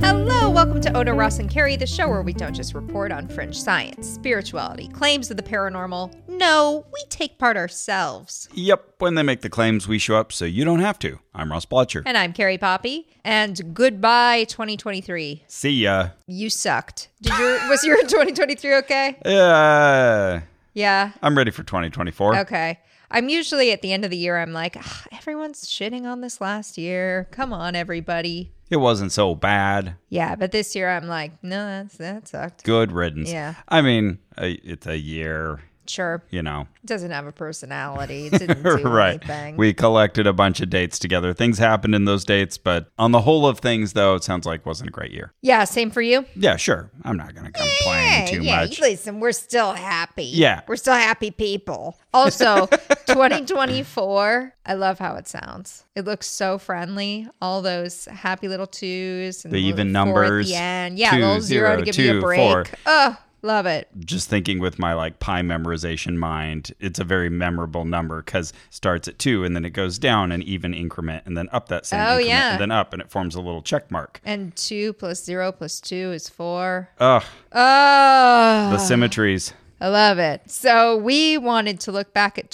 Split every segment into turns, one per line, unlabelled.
Hello, welcome to Oda Ross and Carrie, the show where we don't just report on fringe science, spirituality, claims of the paranormal. No, we take part ourselves.
Yep, when they make the claims, we show up so you don't have to. I'm Ross Blotcher.
And I'm Carrie Poppy. And goodbye, 2023.
See ya.
You sucked. Did your was your 2023 okay?
Uh,
Yeah.
I'm ready for 2024.
Okay. I'm usually at the end of the year. I'm like, "Ah, everyone's shitting on this last year. Come on, everybody.
It wasn't so bad.
Yeah, but this year I'm like, no, that's that sucked.
Good riddance.
Yeah.
I mean, I- it's a year,
Sure.
you know.
It doesn't have a personality. It didn't do
right.
anything.
We collected a bunch of dates together. Things happened in those dates, but on the whole of things, though, it sounds like wasn't a great year.
yeah, same for you.
Yeah, sure. I'm not going to complain too
yeah,
much.
listen, we're still happy.
Yeah.
We're still happy people. Also, 2024, I love how it sounds. It looks so friendly. All those happy little twos and
The
little
even
four at
numbers.
the end. Yeah,
Two,
little zero, to
zero,
give you
two,
a break.
four.
Oh, love it.
just thinking with my like pie memorization mind, it's a very memorable number because starts at two and then it goes down an even increment and then up that same
Oh,
increment
yeah.
and then up and it forms a little check mark.
And two plus zero plus two is four.
Ugh,
Oh,
the symmetries.
I love it. So we wanted to look back at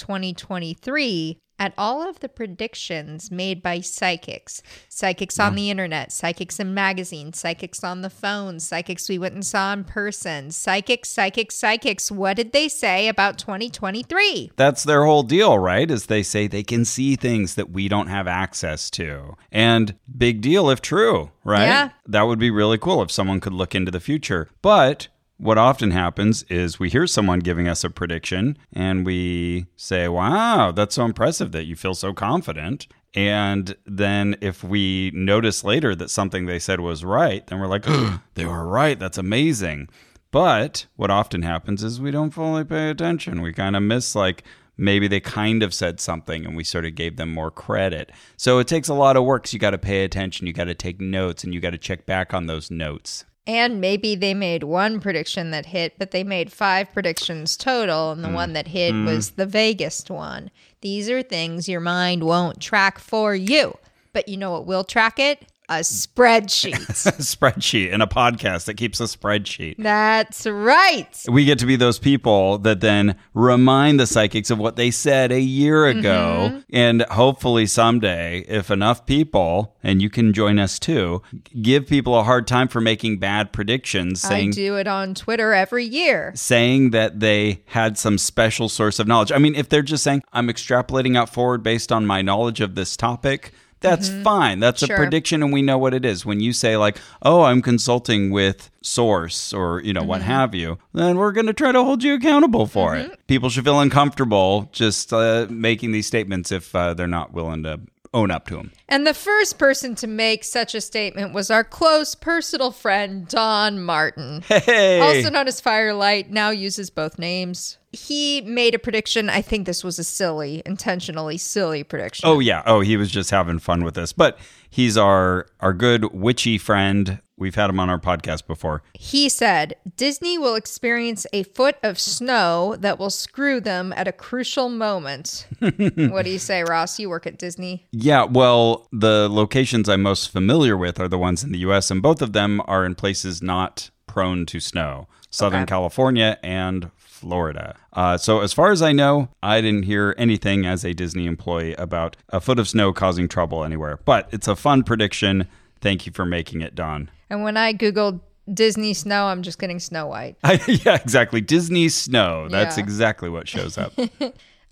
2023 at all of the predictions made by psychics psychics on the internet, psychics in magazines, psychics on the phone, psychics we went and saw in person, psychics, psychics, psychics. What did they say about 2023?
That's their whole deal, right? Is they say they can see things that we don't have access to. And big deal if true, right?
Yeah.
That would be really cool if someone could look into the future. But what often happens is we hear someone giving us a prediction and we say, wow, that's so impressive that you feel so confident. And then if we notice later that something they said was right, then we're like, they were right. That's amazing. But what often happens is we don't fully pay attention. We kind of miss, like, maybe they kind of said something and we sort of gave them more credit. So it takes a lot of work. 'cause you got to pay attention, you got to take notes, and you got to check back on those notes.
And maybe they made one prediction that hit, but they made five predictions total, and the one that hit was the vaguest one. These are things your mind won't track for you, but you know what will track it? A spreadsheet.
spreadsheet and a podcast that keeps a spreadsheet.
That's right.
We get to be those people that then remind the psychics of what they said a year ago. And hopefully, someday, if enough people, and you can join us too, give people a hard time for making bad predictions,
I
saying,
do it on Twitter every year.
saying that they had some special source of knowledge. I mean, if they're just saying, I'm extrapolating out forward based on my knowledge of this topic, that's fine. That's
Mm-hmm. Sure.
a prediction and we know what it is. When you say, like, oh, I'm consulting with source or, you know, what
Mm-hmm.
have you, then we're going to try to hold you accountable for it. People should feel uncomfortable just uh, making these statements if uh, they're not willing to own up to them.
And the first person to make such a statement was our close personal friend, Don Martin.
Hey.
also known as Firelight, now uses both names. He made a prediction. I think this was a silly, intentionally silly prediction.
Oh yeah. Oh, he was just having fun with this. But he's our our good witchy friend. We've had him on our podcast before.
He said Disney will experience a foot of snow that will screw them at a crucial moment. what do you say, Ross? You work at Disney.
Yeah, well, the locations I'm most familiar with are the ones in the US and both of them are in places not prone to snow. Southern
Okay.
California and Florida. Uh, so, as far as I know, I didn't hear anything as a Disney employee about a foot of snow causing trouble anywhere. But it's a fun prediction. Thank you for making it, Don.
And when I Googled Disney snow, I'm just getting Snow White.
yeah, exactly. Disney snow. That's
Yeah.
exactly what shows up.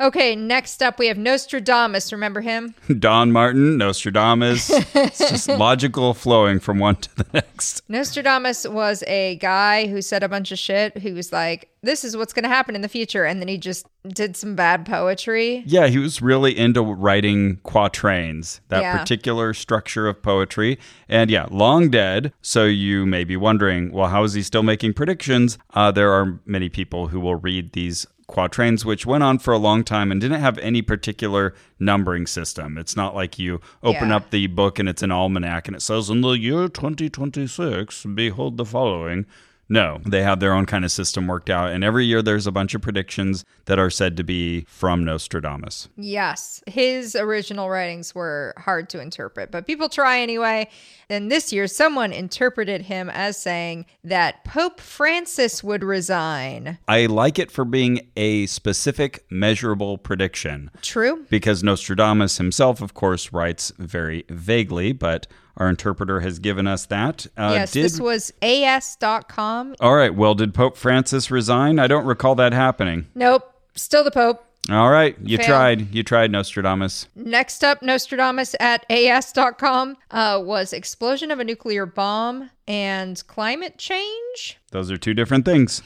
Okay, next up we have Nostradamus. Remember him?
Don Martin, Nostradamus. it's just logical flowing from one to the next.
Nostradamus was a guy who said a bunch of shit. Who was like, "This is what's going to happen in the future," and then he just did some bad poetry.
Yeah, he was really into writing quatrains, that
Yeah.
particular structure of poetry. And yeah, long dead. So you may be wondering, well, how is he still making predictions? Uh, there are many people who will read these quatrains, which went on for a long time and didn't have any particular numbering system. It's not like you open
Yeah.
up the book and it's an almanac and it says, in the year 2026, behold the following. No, they have their own kind of system worked out. And every year there's a bunch of predictions that are said to be from Nostradamus.
Yes, his original writings were hard to interpret, but people try anyway. And this year, someone interpreted him as saying that Pope Francis would resign.
I like it for being a specific, measurable prediction
True?
because Nostradamus himself, of course, writes very vaguely, but our interpreter has given us that. Uh,
yes,
did-
this was as.com.
All right, well, did Pope Francis resign? I don't recall that happening.
Nope, still the Pope.
All right, you
Failed.
tried. You tried, Nostradamus.
Next up, Nostradamus at as.com uh, was explosion of a nuclear bomb and climate change.
Those are two different things.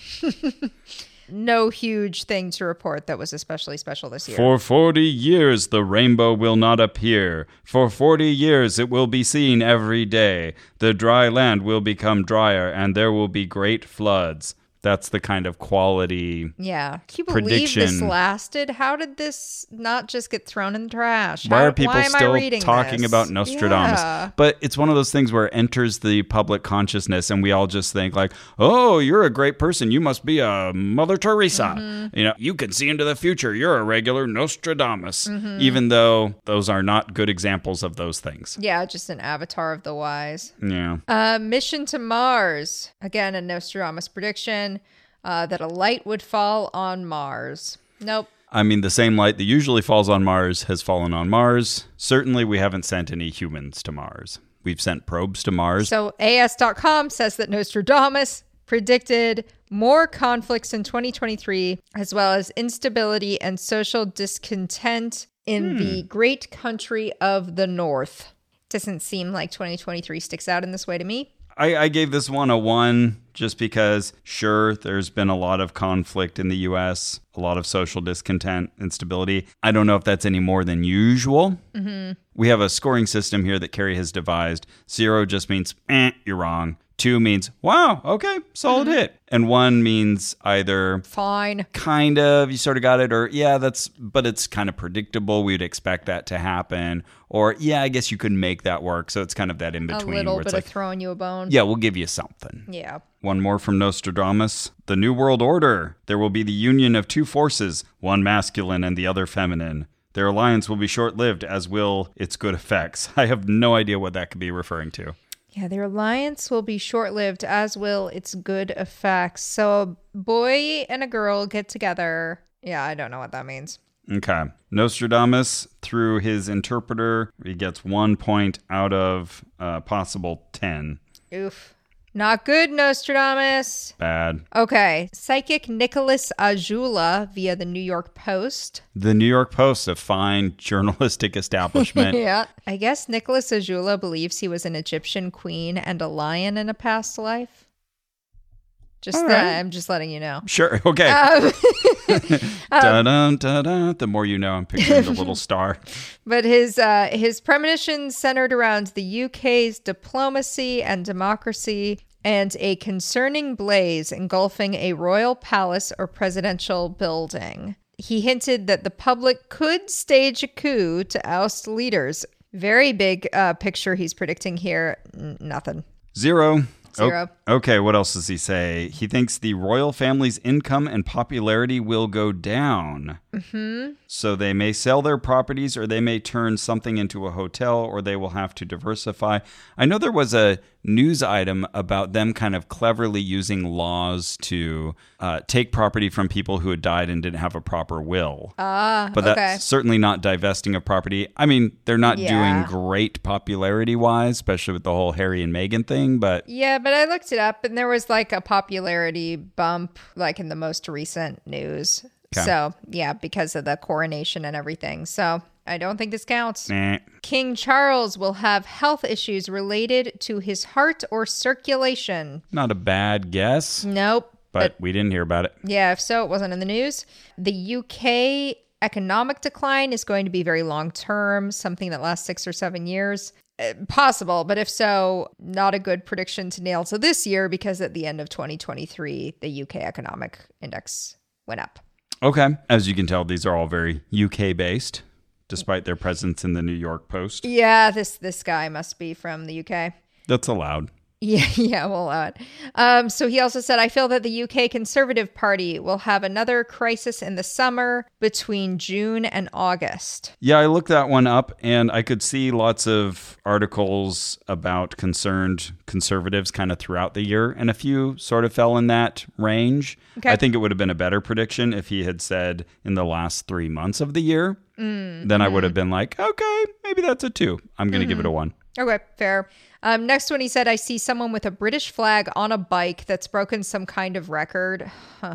No huge thing to report that was especially special this year.
For 40 years, the rainbow will not appear. For 40 years, it will be seen every day. The dry land will become drier, and there will be great floods. That's the kind of quality.
Yeah. Can you believe this
Prediction.
lasted? How did this not just get thrown in the trash?
Why
How-
are people
why am I
still
reading
talking
this?
about Nostradamus?
Yeah.
But it's one of those things where it enters the public consciousness, and we all just think like, "Oh, you're a great person. You must be a Mother Teresa.
Mm-hmm.
You know, you can see into the future. You're a regular Nostradamus."
Mm-hmm.
Even though those are not good examples of those things.
Yeah, just an avatar of the wise.
Yeah.
Uh, mission to Mars. Again, a Nostradamus prediction uh, that a light would fall on Mars. Nope.
I mean, the same light that usually falls on Mars has fallen on Mars. Certainly, we haven't sent any humans to Mars. We've sent probes to Mars.
So AS.com says that Nostradamus predicted more conflicts in 2023, as well as instability and social discontent in the
Hmm.
great country of the North. Doesn't seem like 2023 sticks out in this way to me.
I, I gave this one a one just because, sure, there's been a lot of conflict in the US, a lot of social discontent, instability. I don't know if that's any more than usual. Mm-hmm. We have a scoring system here that Carrie has devised. Zero just means, eh, you're wrong. Two means, wow, okay, solid hit. And one means either
Fine.
kind of you sort of got it or yeah that's but it's kind of predictable we'd expect that to happen or yeah i guess you could make that work so it's kind of that in
A
between
little
where it's
bit
like
of throwing you a bone.
yeah we'll give you something
Yeah.
one more from nostradamus the new world order there will be the union of two forces one masculine and the other feminine their alliance will be short-lived as will its good effects i have no idea what that could be referring to
Yeah, their alliance will be short lived, as will its good effects. So a boy and a girl get together. Yeah, I don't know what that means.
Okay. Nostradamus, through his interpreter, he gets one point out of uh, possible 10.
Oof. Not good, Nostradamus.
Bad.
Okay. Psychic Nicholas Ajula via the New York Post.
The New York Post, a fine journalistic establishment.
Yeah. I guess Nicholas Ajula believes he was an Egyptian queen and a lion in a past life. Just
All
that,
right.
I'm just letting you know.
sure. Okay.
Um,
da-dun, da-dun. The more you know, I'm picturing the little star.
but his uh, his premonition centered around the UK's diplomacy and democracy and a concerning blaze engulfing a royal palace or presidential building. He hinted that the public could stage a coup to oust leaders. Very big uh, picture he's predicting here. N- nothing.
Zero. O-
Zero.
okay, what else does he say? He thinks the royal family's income and popularity will go down. Mm-hmm. So they may sell their properties or they may turn something into a hotel or they will have to diversify. I know there was a news item about them kind of cleverly using laws to uh, take property from people who had died and didn't have a proper will. Ah, but
okay.
that's certainly not divesting of property. I mean, they're not
Yeah.
doing great popularity wise, especially with the whole Harry and Meghan thing, but
Yeah, but I looked it up and there was like a popularity bump like in the most recent news.
Okay.
So, yeah, because of the coronation and everything. So, I don't think this counts.
eh.
King Charles will have health issues related to his heart or circulation.
Not a bad guess,
Nope.
but we didn't hear about it.
Yeah, if so, it wasn't in the news. The UK economic decline is going to be very long term, something that lasts six or seven years. Eh, Possible, but if so, not a good prediction to nail to this year because at the end of 2023, the UK economic index went up.
Okay. As you can tell, these are all very UK based, despite their presence in the New York Post.
Yeah, this this guy must be from the UK.
That's allowed.
Yeah, yeah, we'll allow it. Um, so he also said, I feel that the UK Conservative Party will have another crisis in the summer between June and August.
Yeah, I looked that one up and I could see lots of articles about concerned conservatives kind of throughout the year, and a few sort of fell in that range.
Okay.
I think it would have been a better prediction if he had said in the last three months of the year. Then I would have been like, okay, maybe that's a two. I'm going to give it a one.
Okay, fair. Um, next one, he said, I see someone with a British flag on a bike that's broken some kind of record. Huh.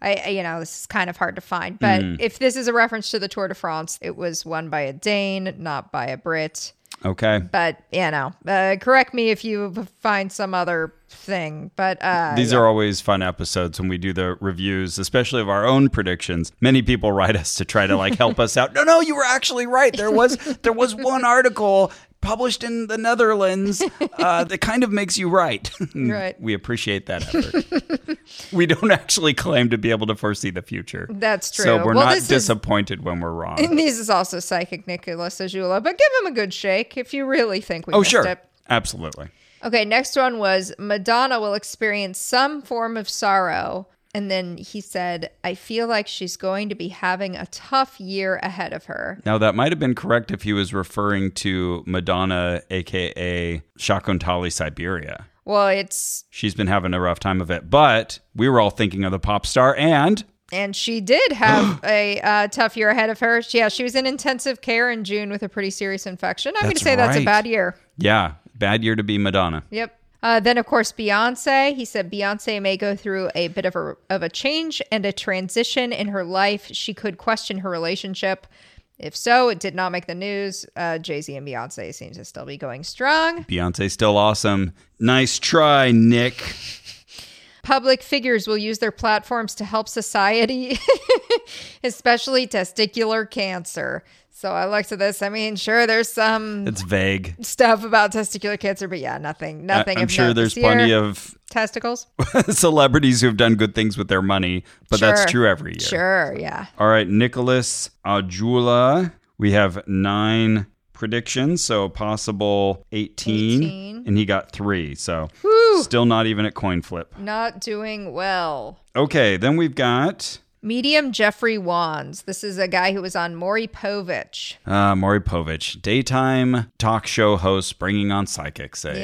I, I- you know, this is kind of hard to find, but
Hmm.
if this is a reference to the Tour de France, it was won by a Dane, not by a Brit.
Okay.
But you know, uh, correct me if you find some other thing. But uh,
These are always fun episodes when we do the reviews, especially of our own predictions. Many people write us to try to like help us out. No, no, you were actually right. There was there was one article published in the Netherlands uh, that kind of makes you right.
Right.
We appreciate that effort. we don't actually claim to be able to foresee the future.
That's true.
So we're
Well,
not
this is-
disappointed when we're wrong.
And this is also psychic Nicholas Azula, but give him a good shake if you really think we
Oh,
missed
sure.
it.
Absolutely.
Okay, next one was Madonna will experience some form of sorrow. And then he said, I feel like she's going to be having a tough year ahead of her.
Now, that might have been correct if he was referring to Madonna, aka Shakuntali Siberia.
Well, it's,
She's been having a rough time of it, but we were all thinking of the pop star and
and she did have a uh, tough year ahead of her. Yeah, she was in intensive care in June with a pretty serious infection. I'm going to
That's
say that's a
right.
bad year.
yeah, bad year to be Madonna.
Yep. Uh, then, of course, Beyonce. He said Beyonce may go through a bit of a of a change and a transition in her life. She could question her relationship. If so, it did not make the news. Uh, Jay Z and Beyonce seem to still be going strong.
Beyonce's still awesome. Nice try, Nick.
Public figures will use their platforms to help society, especially testicular cancer. So I looked at this. I mean, sure, there's some
It's vague.
stuff about testicular cancer, but yeah, nothing,
I-
nothing.
I'm sure there's plenty of
testicles.
celebrities who've done good things with their money, but
Sure.
that's true every year.
Sure, yeah.
All right, Nicholas Ajula. We have nine predictions, so possible 18,
18.
and he got three. So
Whew.
still not even at coin flip.
Not doing well.
Okay, then we've got
Medium Jeffrey Wands. This is a guy who was on Maury Povich.
Uh, Maury Povich, daytime talk show host, bringing on psychics, a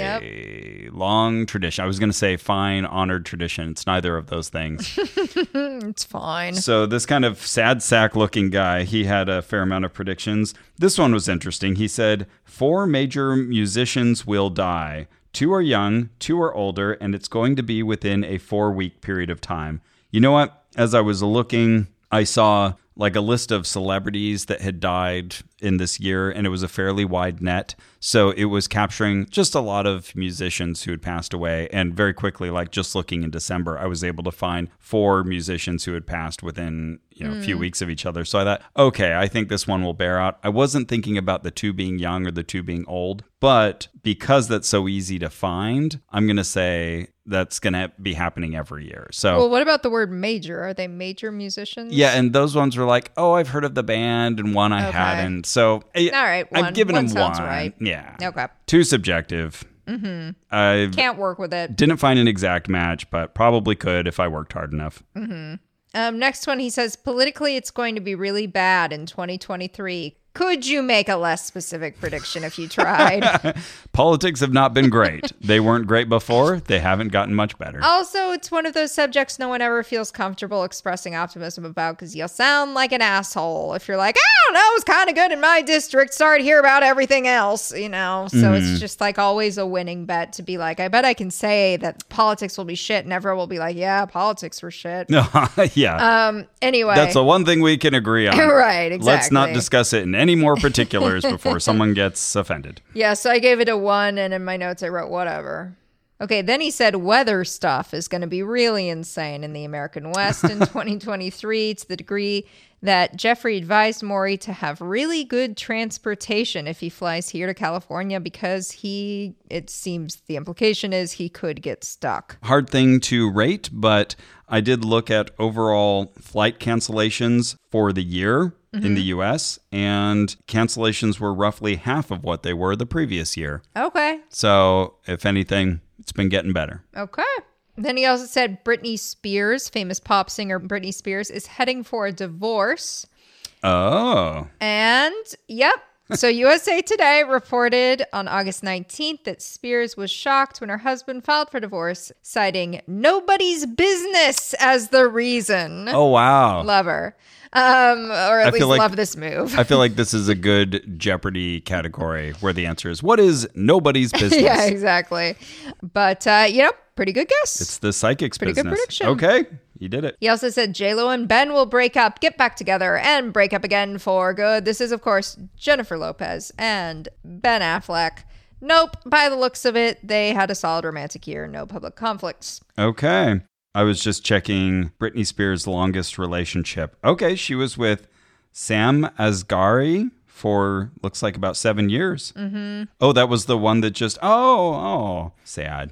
long tradition. I was going to say fine, honored tradition. It's neither of those things.
It's fine.
so, this kind of sad sack looking guy, he had a fair amount of predictions. This one was interesting. He said, Four major musicians will die. Two are young, two are older, and it's going to be within a four week period of time. You know what? As I was looking, I saw like a list of celebrities that had died in this year, and it was a fairly wide net. So it was capturing just a lot of musicians who had passed away. And very quickly, like just looking in December, I was able to find four musicians who had passed within you know, a few weeks of each other. So I thought, okay, I think this one will bear out. I wasn't thinking about the two being young or the two being old, but because that's so easy to find, I'm going to say that's going to be happening every year. So
Well, what about the word major? Are they major musicians?
yeah, and those ones were like, oh, I've heard of the band, and one I
Okay.
hadn't. So I,
All right, one-
I've given
one
him
sounds
one.
right.
Yeah,
Okay.
too subjective. Mm-hmm. I
Can't work with it.
didn't find an exact match, but probably could if I worked hard enough.
Um, next one, he says politically, it's going to be really bad in 2023. Could you make a less specific prediction if you tried?
Politics have not been great. they weren't great before. They haven't gotten much better.
also, it's one of those subjects no one ever feels comfortable expressing optimism about because you'll sound like an asshole if you're like, I don't know, it was kind of good in my district. Sorry to hear about everything else, you know? So it's just like always a winning bet to be like, I bet I can say that politics will be shit and everyone will be like, yeah, politics were shit.
yeah,
Um, anyway.
that's the one thing we can agree on.
Right,
Let's not
exactly.
discuss it in any more particulars before someone gets offended.
Yeah, so I gave it a one, and in my notes I wrote whatever. Okay, then he said weather stuff is going to be really insane in the American West in 2023 to the degree that Jeffrey advised Maury to have really good transportation if he flies here to California because he, it seems the implication is he could get stuck.
hard thing to rate, but I did look at overall flight cancellations for the year in
Mm-hmm.
the US, and cancellations were roughly half of what they were the previous year.
Okay.
So, if anything, It's been getting better.
Okay. Then he also said Britney Spears, famous pop singer Britney Spears, is heading for a divorce.
Oh,
And yep. So USA Today reported on August 19th that Spears was shocked when her husband filed for divorce, citing nobody's business as the reason.
oh wow.
Love her. Um, or at
I feel
least
like-
love this move.
I feel like this is a good Jeopardy category where the answer is what is nobody's business.
yeah, exactly. But uh, you know, pretty good guess.
It's the psychic's
Pretty good
business.
prediction.
Okay, you did it.
He also said J-Lo and Ben will break up, get back together, and break up again for good. This is, of course, Jennifer Lopez and Ben Affleck. Nope, by the looks of it, they had a solid romantic year, no public conflicts.
Okay. I was just checking Britney Spears' longest relationship. Okay, she was with Sam Asghari for looks like about seven years. Mm-hmm. Oh, that was the one that just, oh, oh, sad.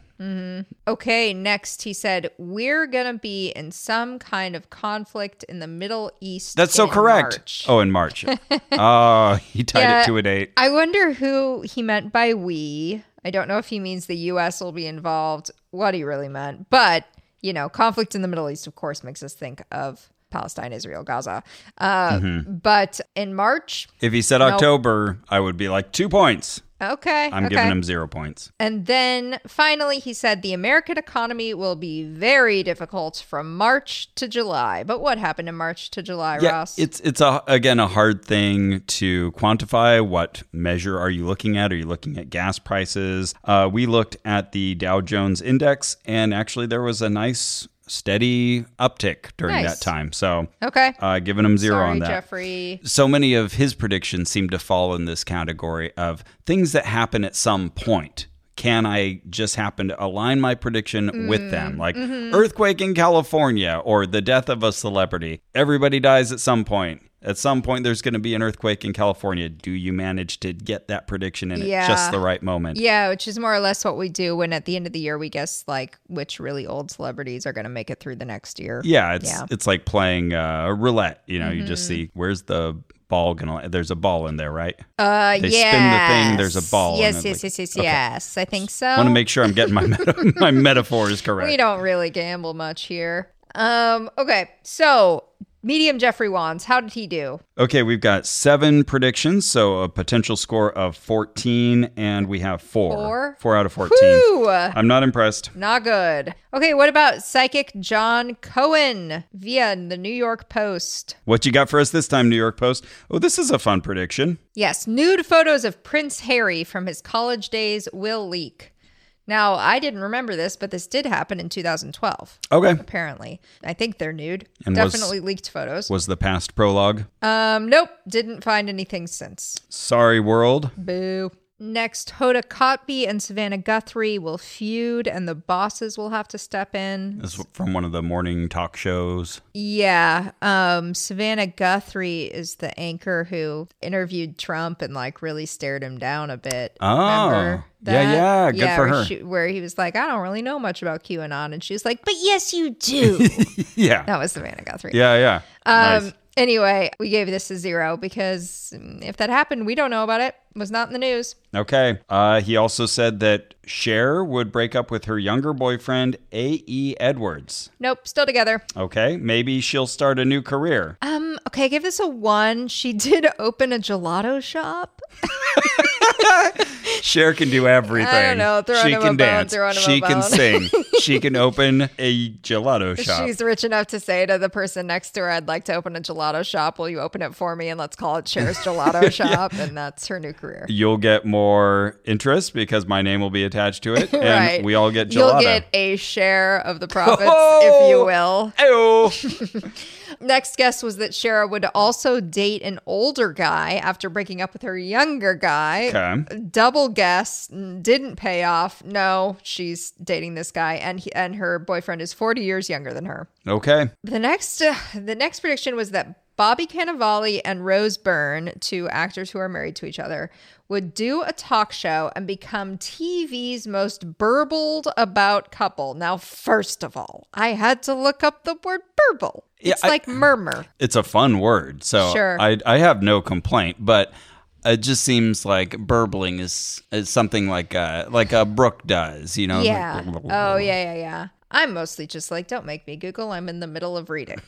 Okay, next he said, We're gonna be in some kind of conflict in the Middle East.
That's so
in
correct.
March."
Oh, in March. oh, he tied
Yeah.
it to a date.
I wonder who he meant by we. I don't know if he means the US will be involved, what he really meant. But, you know, conflict in the Middle East, of course, makes us think of Palestine, Israel, Gaza. Uh,
Mm-hmm.
But in March,
If he said October, I would be like, two points.
okay.
I'm
okay.
giving him zero points.
And then finally, he said the American economy will be very difficult from March to July. But what happened in March to July, Ross?
it's it's a again a hard thing to quantify. What measure are you looking at? Are you looking at gas prices? Uh, we looked at the Dow Jones index, and actually there was a nice steady uptick during
Nice.
that time. So,
okay.
uh, giving him zero
Sorry,
on that.
Jeffrey.
So many of his predictions seem to fall in this category of things that happen at some point. Can I just happen to align my prediction
Mm,
with them? Like
mm-hmm.
earthquake in California or the death of a celebrity. Everybody dies at some point. At some point, there's going to be an earthquake in California. Do you manage to get that prediction in at
Yeah.
just the right moment?
Yeah, which is more or less what we do when at the end of the year we guess like which really old celebrities are going to make it through the next year.
Yeah, it's
Yeah. Mm-hmm.
it's like playing uh, roulette. You know, you just see where's the ball gonna. There's a ball in there, right?
Uh,
They spin the thing, there's a
yes.
ball, and
Yes,
it,
yes,
like-
yes, yes,
okay.
yes. I think so.
I want to make sure I'm getting my meta- my metaphor is correct.
we don't really gamble much here. Um, okay. So, medium Jeffrey Wands, how did he do?
Okay, we've got seven predictions, so a potential score of 14, and we have four.
Four?
Four out of 14.
Whew.
I'm not impressed.
Not good. Okay, what about psychic John Cohen via the New York Post?
What you got for us this time, New York Post? Oh, this is a fun prediction.
Yes, nude photos of Prince Harry from his college days will leak. Now, I didn't remember this, but this did happen in 2012,
Okay.
apparently. I think they're nude.
And was-
Definitely leaked photos.
Was the past prologue?
um, nope, didn't find anything since.
Sorry, world.
Boo. Next, Hoda Kotb and Savannah Guthrie will feud, and the bosses will have to step in.
This is from one of the morning talk shows.
Yeah, um, Savannah Guthrie is the anchor who interviewed Trump and like really stared him down a bit.
Oh.
Remember
Yeah,
that?
yeah, good for
where
her.
she- where he was like, "I don't really know much about QAnon," and she was like, "But yes, you do."
Yeah.
that was Savannah Guthrie.
Yeah, yeah.
Um,
nice.
Anyway, we gave this a zero because mm, if that happened, we don't know about it. Was not in the news.
Okay. Uh, he also said that Cher would break up with her younger boyfriend, A.E. Edwards.
Nope, still together.
Okay. Maybe she'll start a new career.
Um, okay, I give this a one. She did open a gelato shop.
Cher can do everything.
I don't know. Throw
she
him a bone,
can dance.
throw him a
she can
bone.
sing. she can open a gelato shop.
She's rich enough to say to the person next to her, I'd like to open a gelato shop. Will you open it for me? And let's call it Cher's Gelato Shop. And that's her new career.
You'll get more interest because my name will be attached to it, and
right.
we all get gelato. Oh!
You'll get a share of the profits, if you will.
Ayo.
Next guess was that Shara would also date an older guy after breaking up with her younger guy.
Okay.
Double guess n- didn't pay off. No, she's dating this guy, and he, and her boyfriend is forty years younger than her.
Okay.
The next uh, the next prediction was that Bobby Cannavale and Rose Byrne, two actors who are married to each other, would do a talk show and become TV's most burbled about couple. Now, first of all, I had to look up the word burble.
Yeah,
It's
I-
like murmur.
It's a fun word, so
Sure.
I I have no complaint, but It just seems like burbling is, is something like a, like a brook does, you know?
Yeah. Oh, yeah, yeah, yeah. I'm mostly just like, don't make me Google. I'm in the middle of reading.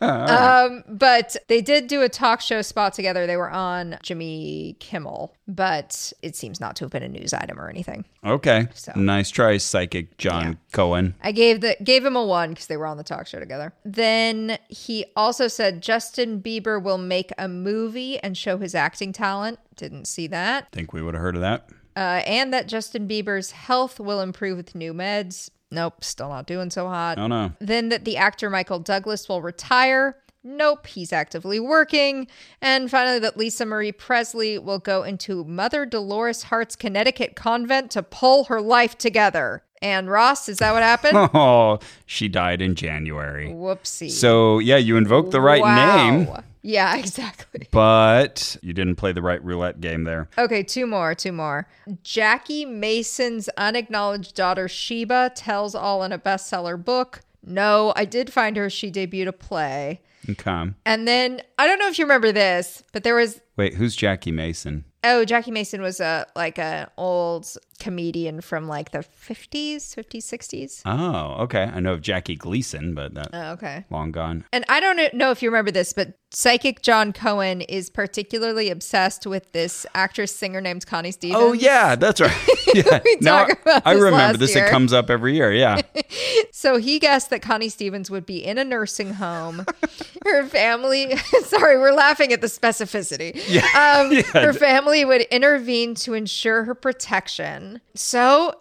um, but they did do a talk show spot together. They were on Jimmy Kimmel, but it seems not to have been a news item or anything.
Okay.
So-
Nice try, psychic John
Yeah.
Cohen.
I gave the gave him a one because they were on the talk show together. Then he also said Justin Bieber will make a movie and show his acting talent. Didn't see that.
Think we would have heard of that.
Uh, and that Justin Bieber's health will improve with new meds. Nope, still not doing so hot.
Oh, no.
Then that the actor Michael Douglas will retire. Nope, he's actively working. And finally, that Lisa Marie Presley will go into Mother Dolores Hart's Connecticut convent to pull her life together. And Ross, is that what happened?
Oh, she died in January.
Whoopsie.
So, yeah, you invoked the right
Wow.
name,
Yeah, exactly.
but you didn't play the right roulette game there.
Okay, two more, two more. Jackie Mason's unacknowledged daughter Sheba tells all in a bestseller book. No, I did find her. She debuted a play.
Okay.
And then I don't know if you remember this, but there was
Wait, who's Jackie Mason?
oh, Jackie Mason was a like an old comedian from like the 50s, 50s, 60s.
Oh, okay. I know of Jackie Gleason, but that
Oh, okay.
long gone.
And I don't know if you remember this, but psychic John Cohen is particularly obsessed with this actress singer named Connie Stevens.
Oh yeah, that's right. Yeah.
We
Now
talked about
I
this
remember
last
this.
year.
It comes up every year. Yeah.
So he guessed that Connie Stevens would be in a nursing home. her family, sorry, we're laughing at the specificity. Um, Her family would intervene to ensure her protection. So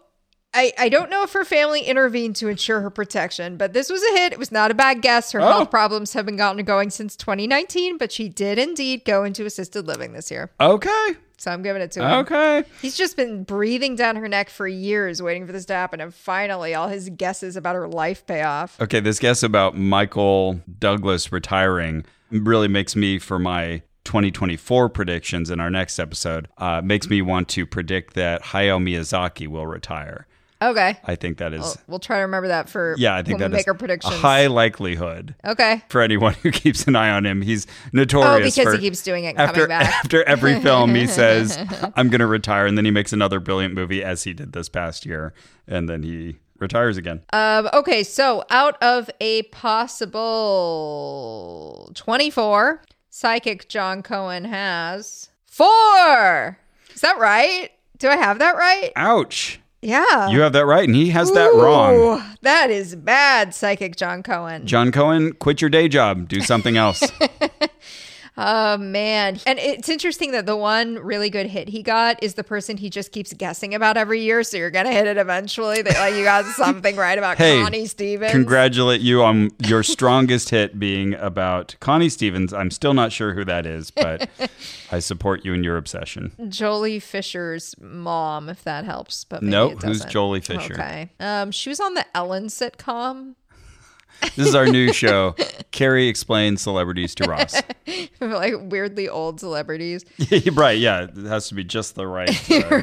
I, I don't know if her family intervened to ensure her protection, but this was a hit. It was not a bad guess. Her health problems have been gotten going since 2019, but she did indeed go into assisted living this year.
Okay.
So I'm giving it to him.
Okay.
He's just been breathing down her neck for years, waiting for this to happen, and finally, all his guesses about her life pay off.
Okay. This guess about Michael Douglas retiring really makes me for my 2024 predictions in our next episode. Uh, makes me want to predict that Hayao Miyazaki will retire.
Okay,
I think that is.
we'll try to remember that for
yeah, I think
when we
that
Oh, make
is
our predictions.
a high likelihood.
okay.
for anyone who keeps an eye on him. He's notorious.
Oh, because
for-
he keeps doing it and coming
after
back.
after every film, he says, "I'm going to retire," and then he makes another brilliant movie, as he did this past year, and then he retires again.
Um, okay, so out of a possible 24, psychic John Cohen has four. Is that right? Do I have that right?
Ouch!
Yeah.
You have that right, and he has that wrong.
Ooh, That is bad, psychic John Cohen.
John Cohen, quit your day job, do something else.
Oh man. And it's interesting that the one really good hit he got is the person he just keeps guessing about every year, so you're gonna hit it eventually. That like you got something right about
Hey,
Connie Stevens.
Congratulate you on your strongest hit being about Connie Stevens. I'm still not sure who that is, but I support you in your obsession.
Jolie Fisher's mom, if that helps. But maybe
Nope,
it
who's
doesn't.
Jolie Fisher?
Okay. Um, she was on the Ellen sitcom.
This is our new show, Carrie Explains Celebrities to Ross.
like weirdly old celebrities.
right, yeah. It has to be just the right. uh,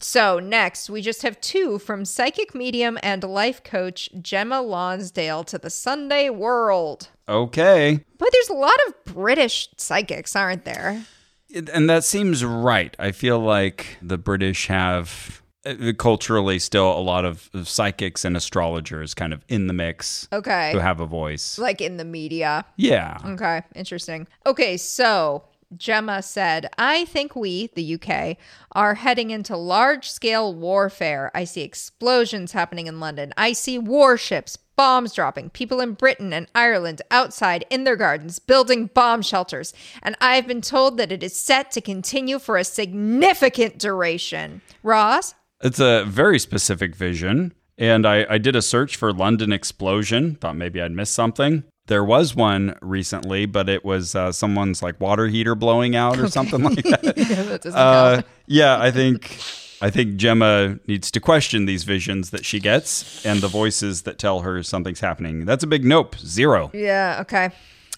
So, next, we just have two from psychic medium and life coach Gemma Lonsdale to the Sunday world.
okay.
But there's a lot of British psychics, aren't there?
It- and that seems right. I feel like the British have uh, culturally still a lot of of psychics and astrologers kind of in the mix
Okay.
who have a voice.
Like in the media.
Yeah.
Okay, interesting. Okay, so Gemma said, I think we, the UK, are heading into large scale warfare. I see explosions happening in London. I see warships, bombs dropping, people in Britain and Ireland outside in their gardens building bomb shelters. And I've been told that it is set to continue for a significant duration. Ross?
It's a very specific vision. And I, I did a search for London explosion, thought maybe I'd missed something. There was one recently, but it was uh, someone's like water heater blowing out or something like that.
That doesn't
Uh, yeah, I think I think Gemma needs to question these visions that she gets and the voices that tell her something's happening. That's a big nope, zero.
yeah, okay.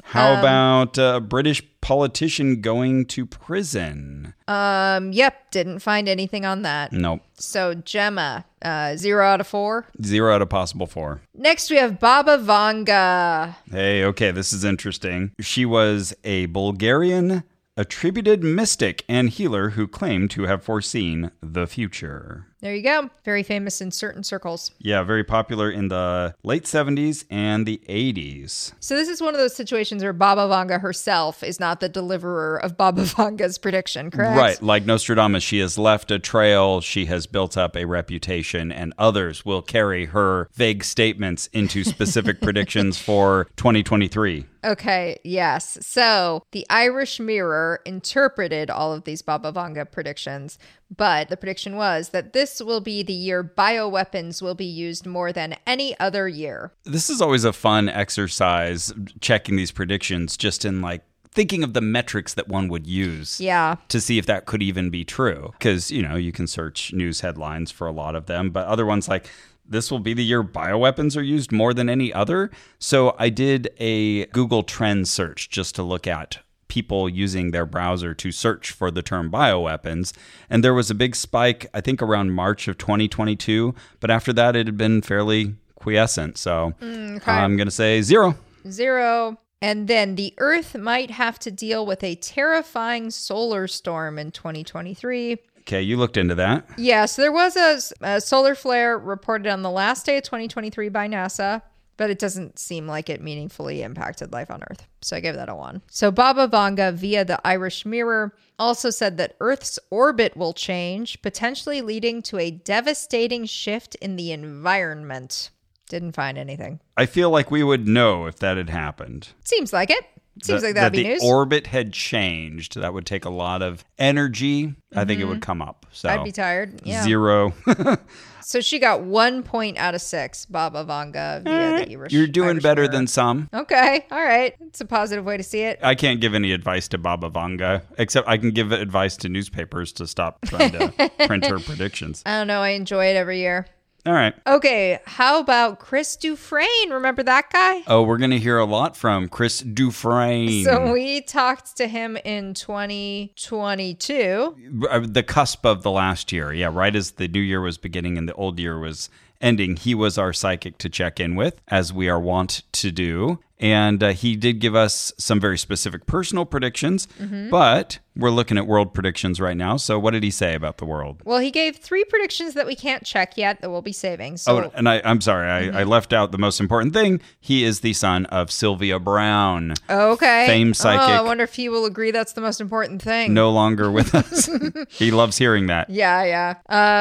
How about uh, a British politician going to prison?
Um, yep, didn't find anything on that.
Nope,
So Gemma, uh, zero out of four.
zero out of possible four.
Next, we have Baba Vanga.
Hey, okay, this is interesting. She was a Bulgarian attributed mystic and healer who claimed to have foreseen the future.
There you go. Very famous in certain circles.
Yeah, very popular in the late 70s and the 80s.
So this is one of those situations where Baba Vanga herself is not the deliverer of Baba Vanga's prediction, correct?
Right, like Nostradamus, she has left a trail, she has built up a reputation, and others will carry her vague statements into specific predictions for 2023.
Okay, yes. So the Irish Mirror interpreted all of these Baba Vanga predictions, but the prediction was that this will be the year bioweapons will be used more than any other year.
This is always a fun exercise checking these predictions just in like thinking of the metrics that one would use
Yeah.
to see if that could even be true. Because, you know, you can search news headlines for a lot of them, but other ones like, this will be the year bioweapons are used more than any other. So I did a Google Trend search just to look at people using their browser to search for the term bioweapons. And there was a big spike, I think around March of 2022. But after that, it had been fairly quiescent. So I'm going to say zero.
Zero. And then the Earth might have to deal with a terrifying solar storm in 2023.
Okay, you looked into that.
Yeah, so there was a, a solar flare reported on the last day of 2023 by NASA, but it doesn't seem like it meaningfully impacted life on Earth. So I gave that a one. So Baba Vanga, via the Irish Mirror, also said that Earth's orbit will change, potentially leading to a devastating shift in the environment. Didn't find anything.
I feel like we would know if that had happened.
Seems like it. Seems
that-
like that'd
that
be
the
news.
orbit had changed. That would take a lot of energy. I think it would come up. So
Mm-hmm. I'd be tired. Yeah.
zero.
So she got one point out of six, Baba Vanga. Via the Irish,
Eh, You're doing
Irish
better
Mirror.
than some.
Okay. All right. It's a positive way to see it.
I can't give any advice to Baba Vanga, except I can give advice to newspapers to stop trying to print her predictions.
I don't know. I enjoy it every year.
All right.
Okay. How about Chris Dufresne? Remember that guy?
Oh, we're going to hear a lot from Chris Dufresne.
So we talked to him in 2022.
Uh, the cusp of the last year. Yeah, right as the new year was beginning and the old year was ending, he was our psychic to check in with, as we are wont to do. And uh, he did give us some very specific personal predictions, but we're looking at world predictions right now. So, what did he say about the world?
Well, he gave three predictions that we can't check yet that we'll be saving. So
Oh, and I, I'm sorry, I, I left out the most important thing. He is the son of Sylvia Brown,
okay.
Fame psychic.
Oh, I wonder if he will agree that's the most important thing.
no longer with us. he loves hearing that.
Yeah, yeah.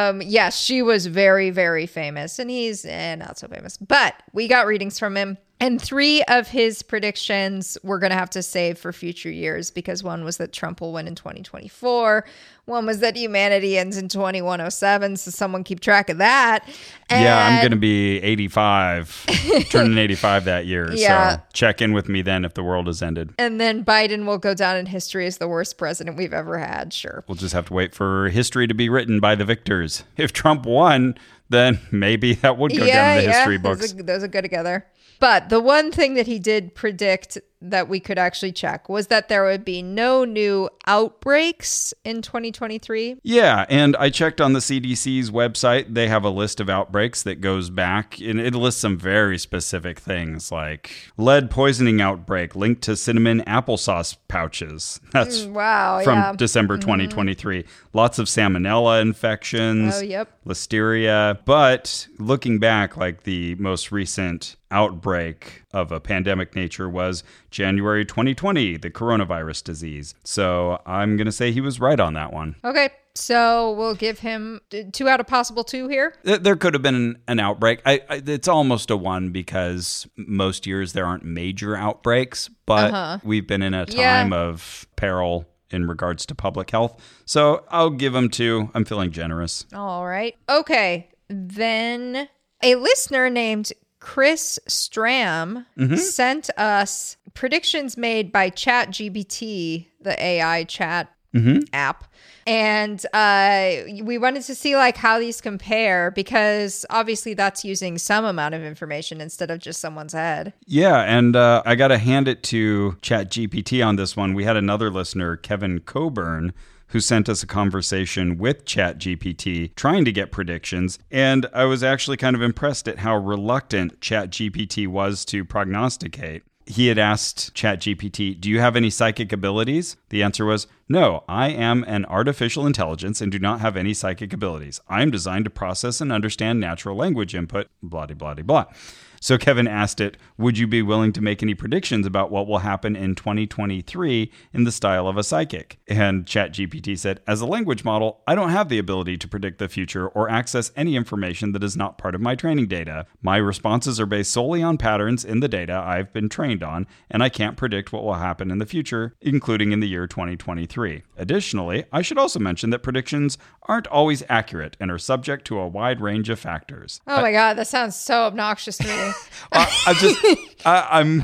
Um, yeah, she was very, very famous, and he's eh, not so famous. But we got readings from him, and three of his predictions we're gonna have to save for future years because one was that Trump will win in 2024, one was that humanity ends in 2107, so someone keep track of that.
Yeah, I'm
And-
going to be 85, turning 85 that year.
Yeah.
So check in with me then if the world has ended.
And then Biden will go down in history as the worst president we've ever had. Sure.
We'll just have to wait for history to be written by the victors. If Trump won, then maybe that would go down in the history
those
books.
Are, those are good together. But the one thing that he did predict that we could actually check was that there would be no new outbreaks in 2023.
Yeah, and I checked on the CDC's website. They have a list of outbreaks that goes back, and it lists some very specific things like lead poisoning outbreak linked to cinnamon applesauce pouches. That's
Wow.
from
Mm, yeah. Mm-hmm.
December 2023. Lots of salmonella infections.
Oh, yep.
Listeria. But looking back, like the most recent outbreak of a pandemic nature was January 2020, the coronavirus disease. So I'm going to say he was right on that one.
okay. So we'll give him uh, two out of possible two here.
Th- There could have been an, an outbreak. I, I, it's almost a one because most years there aren't major outbreaks, but we've been in a
Yeah.
time of peril in regards to public health. So I'll give them two. I'm feeling generous.
All right. Okay. Then a listener named Chris Stram sent us predictions made by ChatGBT, the AI chat app. And uh, we wanted to see like how these compare because obviously that's using some amount of information instead of just someone's head.
Yeah, and uh, I got to hand it to ChatGPT on this one. We had another listener, Kevin Coburn, who sent us a conversation with ChatGPT trying to get predictions, and I was actually kind of impressed at how reluctant ChatGPT was to prognosticate. he had asked ChatGPT, Do you have any psychic abilities? The answer was, No, I am an artificial intelligence and do not have any psychic abilities. I am designed to process and understand natural language input, blah, de, blah, de, blah. So Kevin asked it, Would you be willing to make any predictions about what will happen in 2023 in the style of a psychic? And ChatGPT said, As a language model, I don't have the ability to predict the future or access any information that is not part of my training data. My responses are based solely on patterns in the data I've been trained on, and I can't predict what will happen in the future, including in the year 2023. Additionally, I should also mention that predictions aren't always accurate and are subject to a wide range of factors.
Oh my god, that sounds so obnoxious to me.
I, I'm just, I, I'm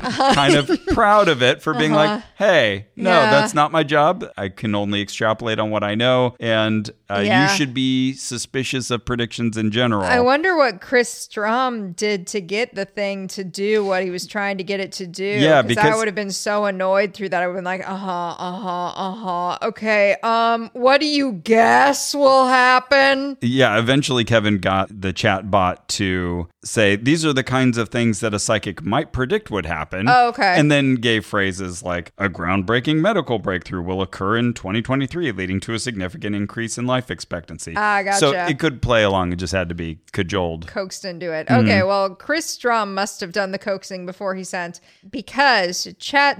kind of proud of it for being like, hey, no,
Uh-huh. Yeah.
that's not my job. I can only extrapolate on what I know, and uh,
Yeah.
you should be suspicious of predictions in general.
I wonder what Chris Strum did to get the thing to do what he was trying to get it to do.
Yeah,
I
because-
would have been so annoyed through that. I would have been like, uh huh, uh huh, uh huh. Okay, um, what do you guess will happen?
yeah, eventually Kevin got the chat bot to say these are the kinds of things that a psychic might predict would happen.
Oh, okay.
And then gave phrases like a groundbreaking medical breakthrough will occur in 2023 leading to a significant increase in life expectancy.
Ah,
So
gotcha.
it could play along, it just had to be cajoled.
Coaxed into it.
Mm-hmm.
Okay, well, Chris Strum must have done the coaxing before he sent because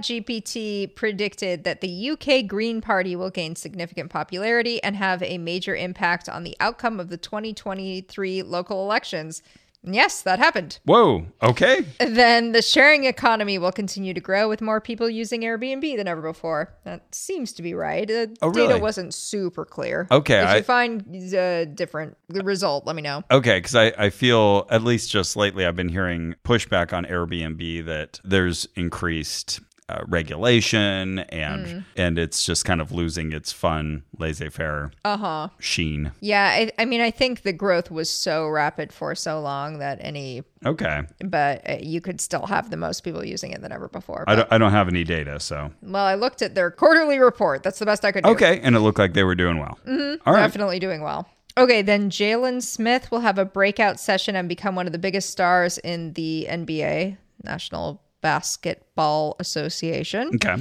ChatGPT predicted that the UK Green Party will gain significant popularity and have a major impact on the outcome of the 2023 local elections. And Yes, that happened.
Whoa, okay.
Then the sharing economy will continue to grow with more people using Airbnb than ever before. That seems to be right. The
Oh,
data
really?
wasn't super clear.
Okay,
If
I-
you find a different result, let me know.
Okay, because I, I feel, at least just lately, I've been hearing pushback on Airbnb that there's increased uh, regulation and and it's just kind of losing its fun, laissez faire
Uh huh.
sheen.
Yeah, I, I mean, I think the growth was so rapid for so long that any,
Okay.
but uh, you could still have the most people using it than ever before. But-
I don't, I don't have any data, so.
well, I looked at their quarterly report. That's the best I could do.
Okay, and it looked like they were doing well. All right.
Definitely doing well. Okay, then Jalen Smith will have a breakout session and become one of the biggest stars in the NBA, National Basketball Association.
Okay.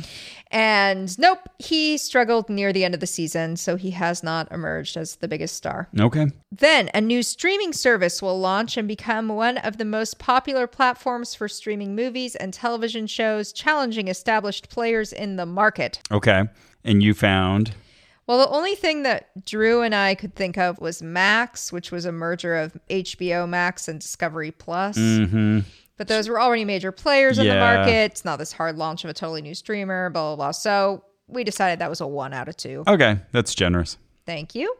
And nope, he struggled near the end of the season, so he has not emerged as the biggest star.
Okay.
Then, a new streaming service will launch and become one of the most popular platforms for streaming movies and television shows, challenging established players in the market.
Okay. And you found.
Well, the only thing that Drew and I could think of was Max, which was a merger of HBO Max and Discovery Plus.
mm-hmm.
But those were already major players in the
Mm. Yeah.
market. It's not this hard launch of a totally new streamer, blah, blah, blah. So we decided that was a one out of two.
Okay, that's generous.
Thank you.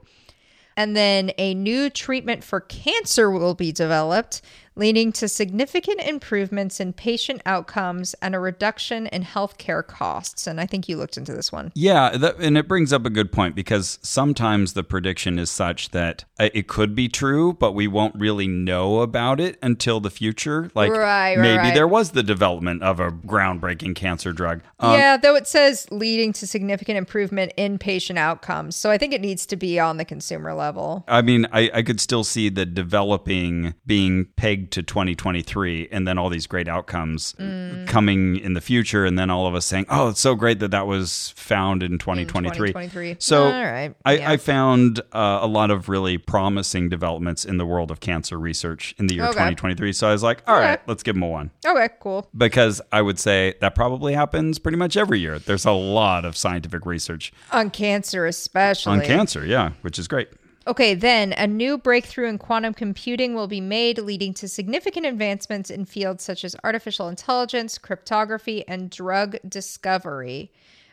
And then a new treatment for cancer will be developed, leading to significant improvements in patient outcomes and a reduction in healthcare costs. And I think you looked into this one.
Yeah, that, and it brings up a good point because sometimes the prediction is such that uh, it could be true, but we won't really know about it until the future. Like
Right, right,
maybe
right.
there was the development of a groundbreaking cancer drug. Um,
yeah, though it says leading to significant improvement in patient outcomes. So I think it needs to be on the consumer level.
I mean, I, I could still see the developing being pegged to 2023 and then all these great outcomes
Mm.
coming in the future. And then all of us saying, oh, it's so great that that was found in 2023.
2023.
So
All right.
I,
Yeah.
I found uh, a lot of really promising developments in the world of cancer research in the year
Okay.
2023. So I was like, all
Okay.
right, let's give them a one.
Okay, cool.
Because I would say that probably happens pretty much every year. There's a lot of scientific research
On cancer, especially.
on cancer, yeah, which is great.
Okay, then a new breakthrough in quantum computing will be made, leading to significant advancements in fields such as artificial intelligence, cryptography, and drug discovery.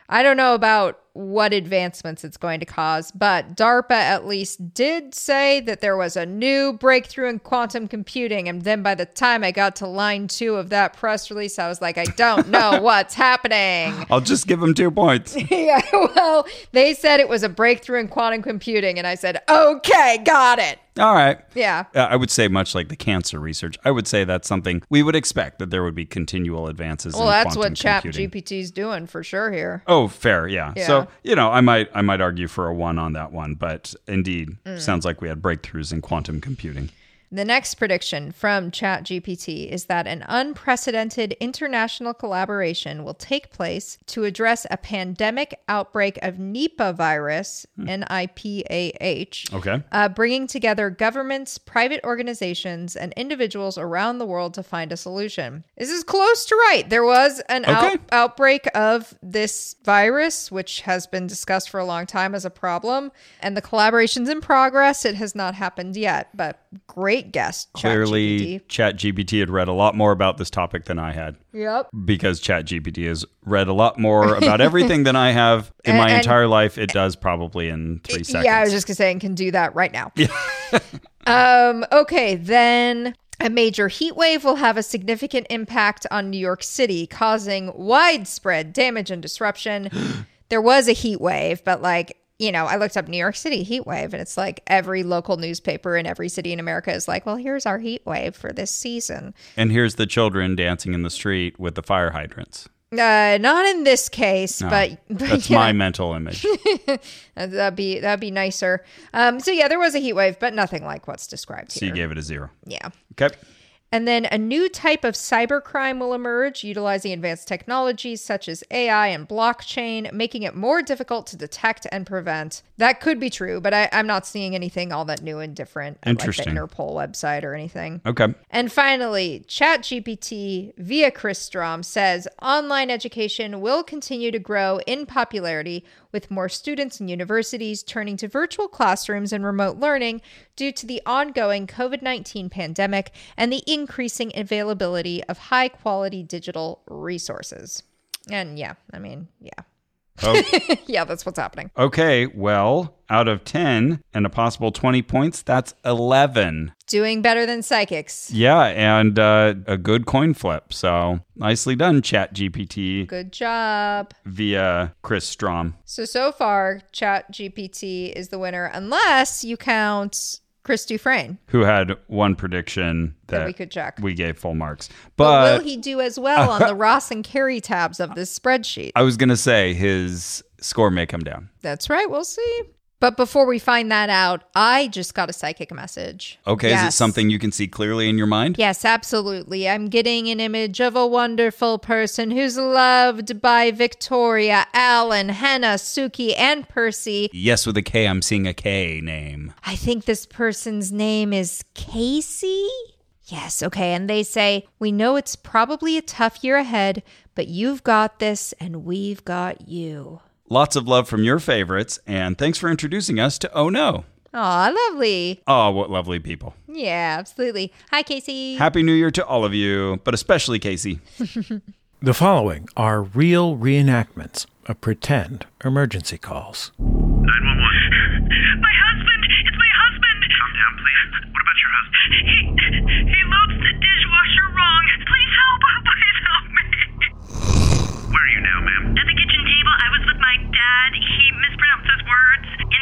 I don't know about what advancements it's going to cause, but DARPA at least did say that there was a new breakthrough in quantum computing. And then by the time I got to line two of that press release, I was like, I don't know what's happening.
I'll just give them two points.
Yeah, well, they said it was a breakthrough in quantum computing, and I said, okay, got it.
All right.
Yeah.
Uh, I would say, much like the cancer research, I would say that's something we would expect that there would be continual advances.
Well,
in
that's
quantum
what Chat
computing.
GPT's doing for sure here.
Oh, fair, yeah.
Yeah.
So you know, I might I
Mm.
might argue for a one on that one, but indeed, sounds like we had breakthroughs in quantum computing.
The next prediction from ChatGPT is that an unprecedented international collaboration will take place to address a pandemic outbreak of Nipah virus,
Hmm.
NIPAH,
Okay.
uh, bringing together governments, private organizations, and individuals around the world to find a solution. This is close to right. There was an out-
Okay.
outbreak of this virus, which has been discussed for a long time as a problem, and the collaboration's in progress. It has not happened yet, but great guess.
Clearly,
ChatGPT.
ChatGPT had read a lot more about this topic than I had
Yep.
because ChatGPT has read a lot more about everything than I have in
And-
my
and-
entire life. It does probably in three seconds.
Yeah, I was just gonna say and can do that right now. um, okay, then a major heat wave will have a significant impact on New York City, causing widespread damage and disruption. there was a heat wave, but like you know, I looked up New York City heat wave, and it's like every local newspaper in every city in America is like, well, here's our heat wave for this season.
and here's the children dancing in the street with the fire hydrants.
Uh, not in this case, but, but
That's
yeah.
my mental image.
Uh, That'd be that'd be nicer. Um, so yeah, there was a heat wave, but nothing like what's described
So you
here.
gave it a zero.
yeah.
Okay.
And then a new type of cybercrime will emerge, utilizing advanced technologies such as AI and blockchain, making it more difficult to detect and prevent. That could be true, but I, I'm not seeing anything all that new and different at like the
Interesting.
Interpol website or anything.
Okay.
And finally, ChatGPT via Chris Strom says online education will continue to grow in popularity with more students and universities turning to virtual classrooms and remote learning due to the ongoing COVID 19 pandemic and the increasing availability of high quality digital resources. And yeah, I mean, yeah.
Oh.
yeah, that's what's happening.
Okay. Well, out of 10 and a possible 20 points, that's 11.
Doing better than psychics.
Yeah. And uh, a good coin flip. So nicely done, ChatGPT
Good job.
via Chris Strom.
So so far, ChatGPT is the winner, unless you count Chris Dufresne,
who had one prediction that,
that we could check.
we gave full marks.
but
But,
will he do as well on the Ross and Carey tabs of this spreadsheet?
I was going to say his score may come down.
That's right. We'll see. But before we find that out, I just got a psychic message.
Okay, is
Yes.
it something you can see clearly in your mind?
Yes, absolutely. I'm getting an image of a wonderful person who's loved by Victoria, Alan, Hannah, Suki, and Percy.
Yes, with a K, I'm seeing a K name.
I think this person's name is Casey. Yes, okay. And they say, We know it's probably a tough year ahead, but you've got this and we've got you.
Lots of love from your favorites, and thanks for introducing us to Oh No.
Aw, lovely.
Oh, what lovely people.
Yeah, absolutely. Hi, Casey.
Happy New Year to all of you, but especially Casey.
The following are real reenactments of pretend emergency calls.
911. My husband! It's my husband! Calm down, please. What about your husband? He, he loads the dishwasher wrong. Please help! Please help me! Where are you now, ma'am?
At the kitchen table, I was with my dad. He mispronounced his words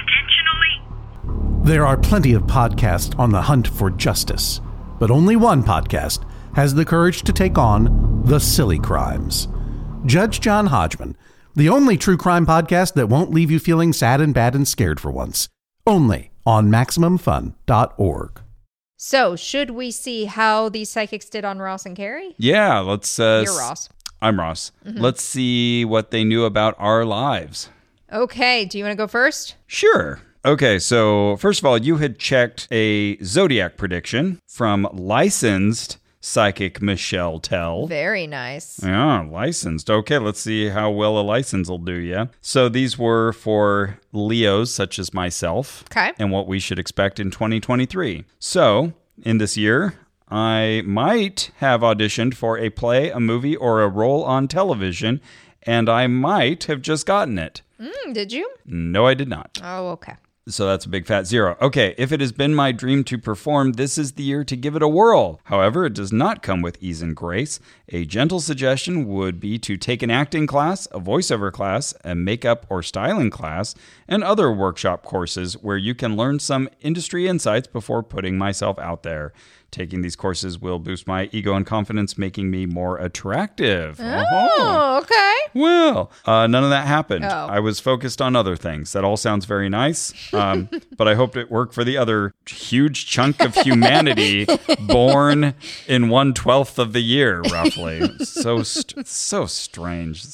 intentionally.
There are plenty of podcasts on the hunt for justice, but only one podcast has the courage to take on the silly crimes. Judge John Hodgman, the only true crime podcast that won't leave you feeling sad and bad and scared for once. Only on MaximumFun.org.
So, should we see how these psychics did on Ross and Carrie?
Yeah, let's. Uh,
You're
s-
Ross. Mm-hmm.
I'm Ross. Let's see what they knew about our lives.
Okay, do you want to go first?
Sure. Okay, so first of all, you had checked a zodiac prediction from licensed psychic Michelle Tell.
Very nice.
Yeah, Ah, licensed. Okay, let's see how well a license will do you. So these were for Leos, such as myself,
Okay.
and what we should expect in 2023. So in this year, I might have auditioned for a play, a movie, or a role on television, and I might have just gotten it.
Hmm, did you?
No, I did not.
Oh, okay.
So that's a big fat zero. Okay, if it has been my dream to perform, this is the year to give it a whirl. However, it does not come with ease and grace. A gentle suggestion would be to take an acting class, a voiceover class, a makeup or styling class, and other workshop courses where you can learn some industry insights before putting myself out there. Taking these courses will boost my ego and confidence, making me more attractive. Oh.
Oh, okay.
Well, uh, none of that happened.
Oh.
I was focused on other things. That all sounds very nice, um, but I hoped it worked for the other huge chunk of humanity born in one twelfth of the year, roughly. so st- so strange.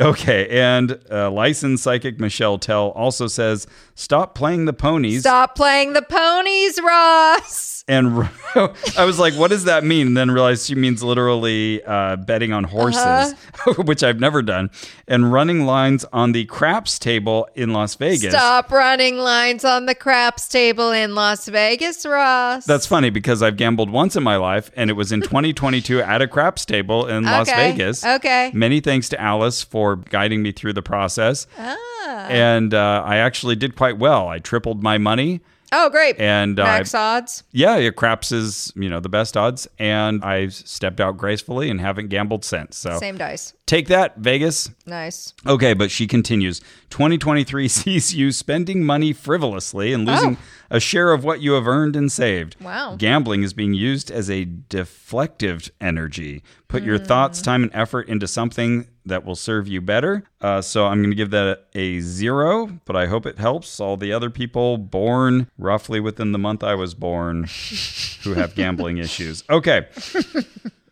Okay, and uh, licensed psychic Michelle Tell also says, "Stop playing the ponies."
Stop playing the ponies, Ross.
And I was like, what does that mean? And then realized she means literally uh, betting on horses,
Uh-huh.
which I've never done, and running lines on the craps table in Las Vegas.
Stop running lines on the craps table in Las Vegas, Ross.
That's funny because I've gambled once in my life, and it was in 2022 at a craps table in Las
Okay,
Vegas.
okay.
Many thanks to Alice for guiding me through the process. Ah. And uh, I actually did quite well. I tripled my money.
oh, great.
And uh,
Max odds.
Yeah, your craps is, you know, the best odds. And I've stepped out gracefully and haven't gambled since. So
Same dice.
take that, Vegas.
Nice.
Okay, but she continues 2023 sees you spending money frivolously and losing a share of what you have earned and saved.
Wow.
Gambling is being used as a deflective energy. Put your thoughts, time, and effort into something that will serve you better. Uh, so I'm going to give that a, a zero, but I hope it helps all the other people born roughly within the month I was born who have gambling issues. Okay.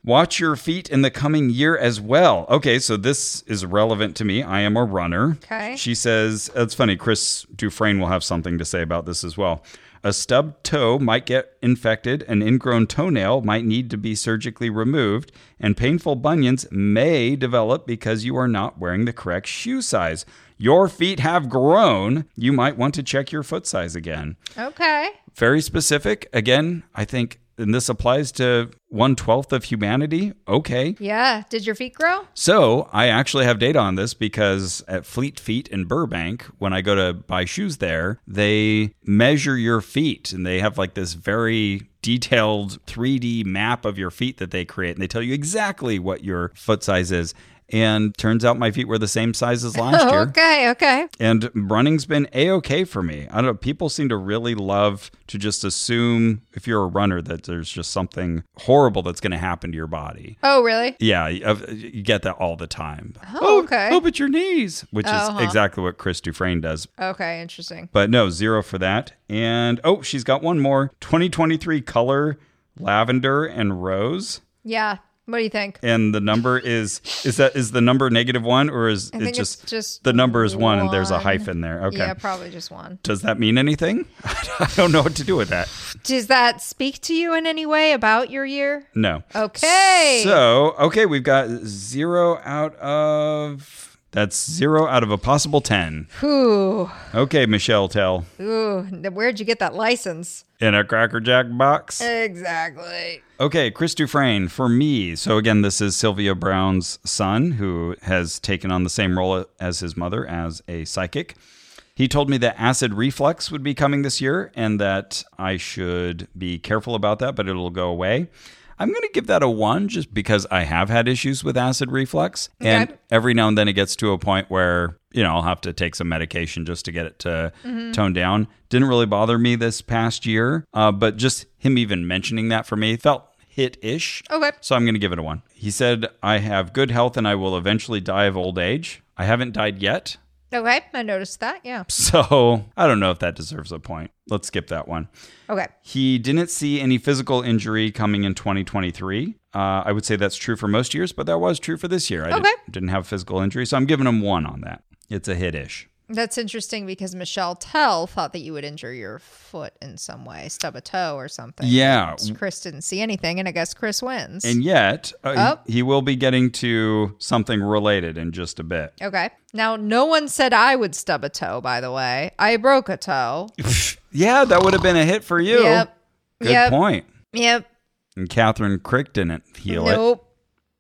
Watch your feet in the coming year as well. Okay, so this is relevant to me. I am a runner.
Okay.
She says, that's funny. Chris Dufresne will have something to say about this as well. A stubbed toe might get infected, an ingrown toenail might need to be surgically removed, and painful bunions may develop because you are not wearing the correct shoe size. Your feet have grown. You might want to check your foot size again
Okay.
very specific. Again, I think, and this applies to one twelfth of humanity. Okay.
Yeah. Did your feet grow?
So I actually have data on this because at Fleet Feet in Burbank, when I go to buy shoes there, they measure your feet and they have like this very detailed 3D map of your feet that they create and they tell you exactly what your foot size is. And turns out my feet were the same size as last year.
Okay. Okay.
And running's been a okay for me. I don't know. People seem to really love to just assume if you're a runner that there's just something horrible that's going to happen to your body.
Oh, really?
Yeah, you uh, you get that all the time. Oh,
okay.
Oh, but your knees, which
Uh-huh.
is exactly what Chris Dufresne does.
Okay. Interesting.
But no, zero for that. And oh, she's got one more 2023 color lavender and rose.
Yeah. What do you think?
And the number is is that is the number negative one or is
think
it
it's
just
just
the number is one, and there's a
one.
hyphen there? Okay.
Yeah, probably just one.
Does that mean anything? I don't know what to do with that.
Does that speak to you in any way about your year?
No.
Okay.
So, okay, we've got zero out of. That's zero out of a possible 10.
Ooh,
Okay, Michelle Tell.
ooh, where'd you get that license?
In a Cracker Jack box.
Uh, Exactly.
Okay, Chris Dufresne for me. So again, this is Sylvia Brown's son who has taken on the same role as his mother as a psychic. He told me that acid reflux would be coming this year and that I should be careful about that, but it'll go away. I'm going to give that a one just because I have had issues with acid reflux. And
Okay.
every now and then it gets to a point where, you know, I'll have to take some medication just to get it to tone down. Didn't really bother me this past year, uh, but just him even mentioning that for me felt hit ish.
Okay.
So I'm going to give it a one. He said, I have good health and I will eventually die of old age. I haven't died yet.
Okay, I noticed that. Yeah.
So I don't know if that deserves a point. Let's skip that one.
Okay.
He didn't see any physical injury coming in 2023. Uh, I would say that's true for most years, but that was true for this year. I
Okay.
didn't, didn't have physical injury, so I'm giving him one on that. It's a hit ish.
That's interesting because Michelle Tell thought that you would injure your foot in some way, stub a toe or something.
Yeah.
And Chris didn't see anything, and I guess Chris wins.
And yet, uh,
Oh.
he, he will be getting to something related in just a bit.
okay. Now, no one said I would stub a toe, by the way. I broke a toe.
Yeah, that would have been a hit for you.
Yep.
Good
Yep.
point.
Yep.
And Catherine Crick didn't heal it.
Nope.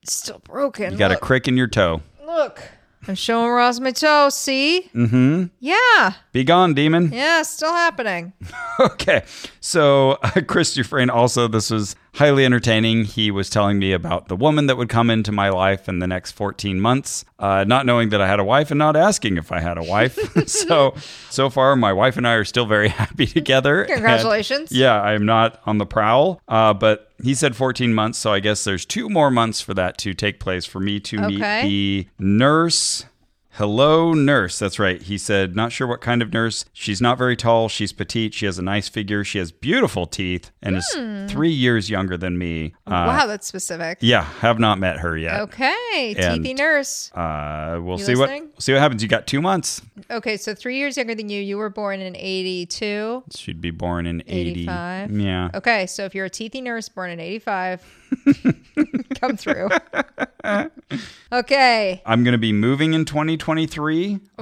Still broken.
You got a
Look.
crick in your toe.
Look, I'm showing Ross my toe. See? Mm-hmm. Yeah.
Be gone, demon.
Yeah, still happening.
Okay. So, uh, Chris Dufresne also, this was highly entertaining. He was telling me about the woman that would come into my life in the next 14 months, uh, not knowing that I had a wife and not asking if I had a wife. so, so far, my wife and I are still very happy together. And,
Congratulations.
yeah, I am not on the prowl. Uh, but he said 14 months. So, I guess there's two more months for that to take place for me to
Okay.
meet the nurse. Hello, nurse. That's right. He said, not sure what kind of nurse. She's not very tall. She's petite. She has a nice figure. She has beautiful teeth and
Hmm.
is three years younger than me. Uh,
wow, that's specific.
yeah, have not met her yet.
Okay,
And-
teethy nurse.
Uh, we'll
You
see
listening?
what see what happens. You got two months.
Okay, so three years younger than you. You were born in 82.
She'd be born in 80.
85.
Yeah.
Okay, so if you're a teethy nurse born in 85, come through. okay.
I'm going to be moving in 2023. I-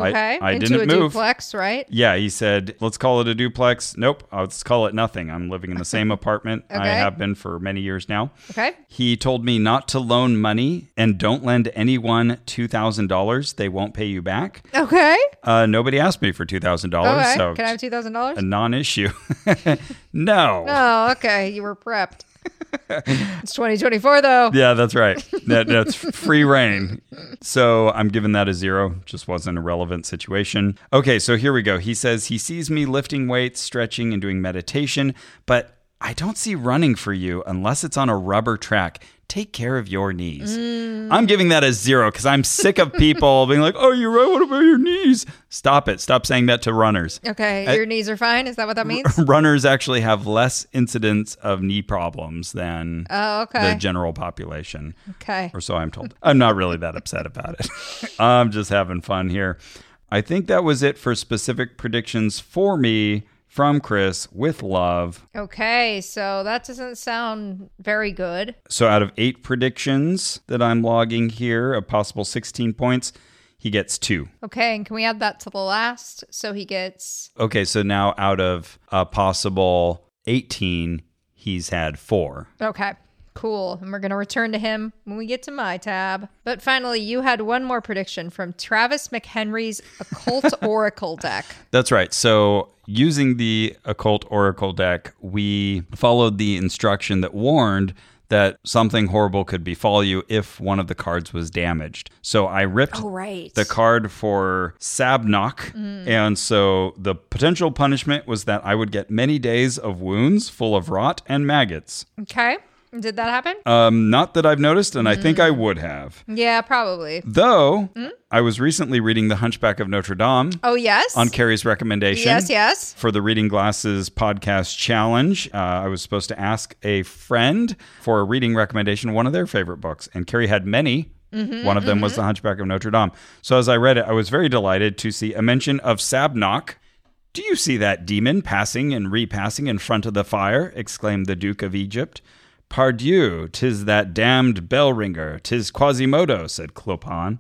Okay.
I,
Into
didn't
a
move.
duplex, right?
Yeah, he said, let's call it a duplex. Nope, uh, let's call it nothing. I'm living in the same apartment I
Okay.
have been for many years now.
Okay.
He told me not to loan money and don't lend anyone $2,000. They won't pay you back.
Okay.
Uh, nobody asked me for $2,000.
Okay.
So
Can I have two thousand dollars?
a non issue. no.
Oh, okay. You were prepped. it's 2024 though.
Yeah, that's right. That, that's free reign. So I'm giving that a zero. Just wasn't a relevant situation. Okay, so here we go. He says he sees me lifting weights, stretching, and doing meditation, but I don't see running for you unless it's on a rubber track. Take care of your knees.
Mm.
I'm giving that a zero because I'm sick of people being like, oh, you're right. What about your knees? Stop it. Stop saying that to runners.
Okay. your knees are fine. Is that what that means?
Runners actually have less incidents of knee problems than
Oh, okay.
the general population
okay.
or so I'm told. I'm not really that upset about it. I'm just having fun here. I think that was it for specific predictions for me from Chris with love.
Okay. So that doesn't sound very good.
So out of eight predictions that I'm logging here, a possible 16 points, he gets two.
Okay. And can we add that to the last? So he gets
Okay, so now out of a possible 18, he's had four.
Okay. Cool. And we're going to return to him when we get to my tab. But finally, you had one more prediction from Travis McHenry's Occult Oracle deck.
That's right. So, using the occult oracle deck, we followed the instruction that warned that something horrible could befall you if one of the cards was damaged. So, I ripped
Oh, right. Mm.
the card for Sabnock. And so, the potential punishment was that I would get many days of wounds full of rot and maggots.
Okay. Did that happen?
Um, not that I've noticed, and I think
Mm.
I would have.
yeah, probably.
Though, I was recently reading The Hunchback of Notre Dame.
Mm. Oh, yes.
On Carrie's recommendation
yes, yes.
for the Reading Glasses podcast challenge. Uh, I was supposed to ask a friend for a reading recommendation, of one of their favorite books, and Carrie had many. one of them was The Hunchback of Notre Dame. So as I read it, I was very delighted to see a mention of Sabnock. Do you see that demon passing and repassing in front of the fire? exclaimed the Duke of Egypt. Pardieu, tis that damned bell ringer, tis Quasimodo, said Clopin.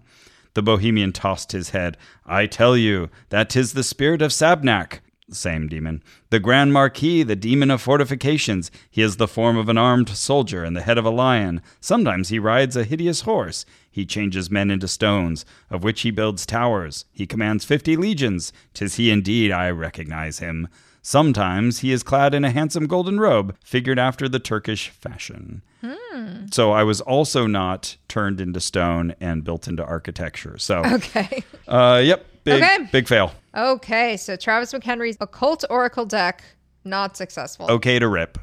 The Bohemian tossed his head. I tell you, that tis the spirit of Sabnac. Same demon. The Grand Marquis, the demon of fortifications. He has the form of an armed soldier and the head of a lion. Sometimes he rides a hideous horse. He changes men into stones, of which he builds towers. He commands fifty legions. Tis he indeed, I recognize him. Sometimes he is clad in a handsome golden robe, figured after the Turkish fashion.
Hmm.
So I was also not turned into stone and built into architecture. So,
Okay.
uh, yep, big,
Okay.
big fail.
Okay. So Travis McHenry's Occult Oracle deck, not successful.
Okay to rip.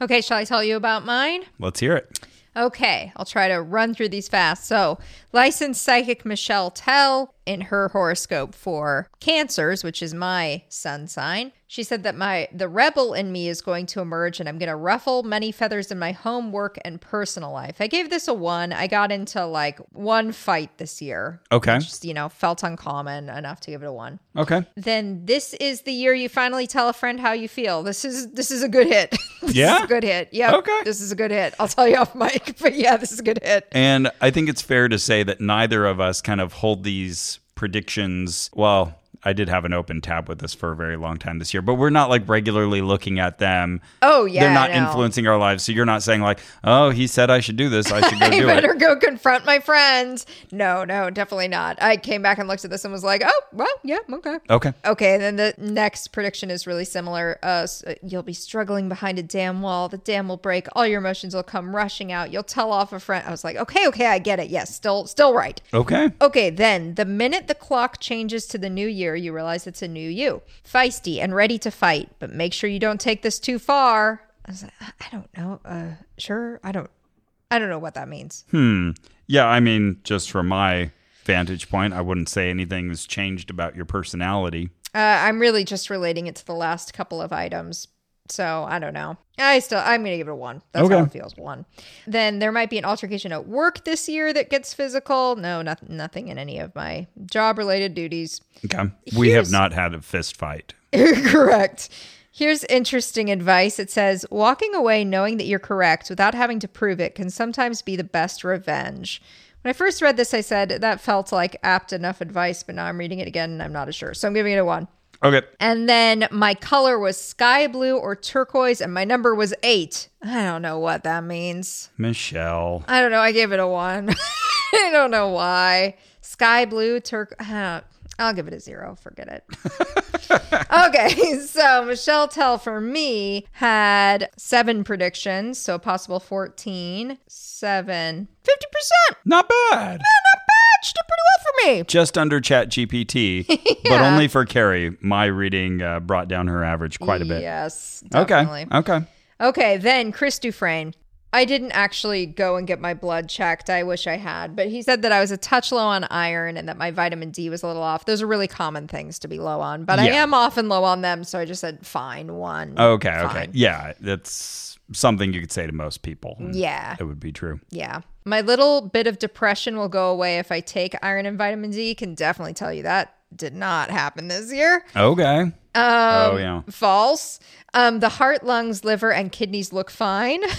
Okay. Shall I tell you about mine?
Let's hear it.
Okay, I'll try to run through these fast. So, licensed psychic Michelle Tell, in her horoscope for Cancers, which is my sun sign, she said that my the rebel in me is going to emerge, and I'm going to ruffle many feathers in my home, work, and personal life. I gave this a one. I got into like one fight this year.
Okay.
Just you know, felt uncommon enough to give it a one.
Okay.
Then this is the year you finally tell a friend how you feel. This is this is a good hit. This is
Yeah?
a good hit. Yeah.
Okay.
This is a good hit. I'll tell you off mic, but yeah, this is a good hit.
And I think it's fair to say that neither of us kind of hold these predictions. Well, I did have an open tab with this for a very long time this year, but we're not like regularly looking at them.
Oh, yeah,
They're not
no.
influencing our lives. So you're not saying like, oh, he said I should do this. I should go
I
do
better
it.
go confront my friends. No, no, definitely not. I came back and looked at this and was like, oh, well, yeah, okay.
Okay.
Okay, then the next prediction is really similar. Uh, s- you'll be struggling behind a dam wall. The dam will break. All your emotions will come rushing out. You'll tell off a friend. I was like, okay, okay, I get it. Yes, still, still right.
Okay.
Okay, then the minute the clock changes to the new year, you realize it's a new you, feisty and ready to fight. But make sure you don't take this too far. I was like, I I don't know. Uh, sure, I don't. I don't know what that means.
Yeah, I mean, just from my vantage point, I wouldn't say anything has changed about your personality.
Uh, I'm really just relating it to the last couple of items. So I don't know. I still, I'm going to give it a one. That's how
Okay.
it feels. One. Then there might be an altercation at work this year that gets physical. No, noth- nothing in any of my job related duties.
Okay. We have
Here's-
not had a fist fight.
correct. Here's interesting advice. It says walking away knowing that you're correct without having to prove it can sometimes be the best revenge. When I first read this, I said that felt like apt enough advice, but now I'm reading it again and I'm not as sure. So I'm giving it a one.
Okay.
And then my color was sky blue or turquoise, and my number was eight. I don't know what that means.
Michelle.
I don't know. I gave it a one. I don't know why. Sky blue, turk. I don't- I'll give it a zero. Forget it. okay, so Michelle Tell for me had seven predictions, so a possible 14, seven, 50%.
Not bad.
She did pretty well for me.
Just under chat GPT, but only for Carrie. My reading uh, brought down her average quite a bit.
Yes, definitely.
okay. Okay.
Okay, then Chris Dufresne. I didn't actually go and get my blood checked. I wish I had, but he said that I was a touch low on iron and that my vitamin D was a little off. Those are really common things to be low on, but I
Yeah.
am often low on them, so I just said fine one.
Okay. Okay.
Fine.
Yeah. That's something you could say to most people. and
Yeah.
It would be true.
Yeah. My little bit of depression will go away if I take iron and vitamin D. Can definitely tell you that did not happen this year.
Okay.
Um,
oh, yeah.
False. Um, the heart, lungs, liver, and kidneys look fine.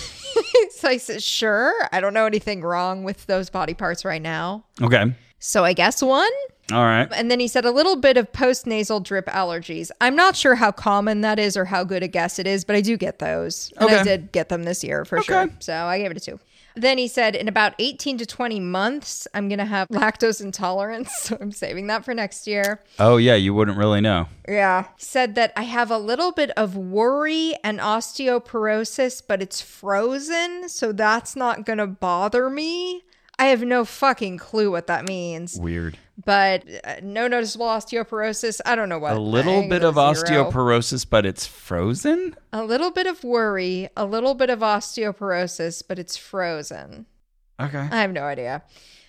so I said, sure. I don't know anything wrong with those body parts right now.
Okay.
So I guess one.
All right.
And then he said a little bit of post nasal drip allergies. I'm not sure how common that is or how good a guess it is, but I do get those. And I
Okay.
did get them this year for sure. So I gave it a two. Then he said, in about 18 to 20 months, I'm going to have lactose intolerance. So I'm saving that for next year.
Oh, yeah. You wouldn't really know.
Yeah. Said that I have a little bit of worry and osteoporosis, but it's frozen. So that's not going to bother me. I have no fucking clue what that means,
Weird.
but uh, no noticeable osteoporosis. I don't know what.
A little
I
bit
go
of
zero.
osteoporosis, but it's frozen?
A little bit of worry, a little bit of osteoporosis, but it's frozen.
Okay.
I have no idea.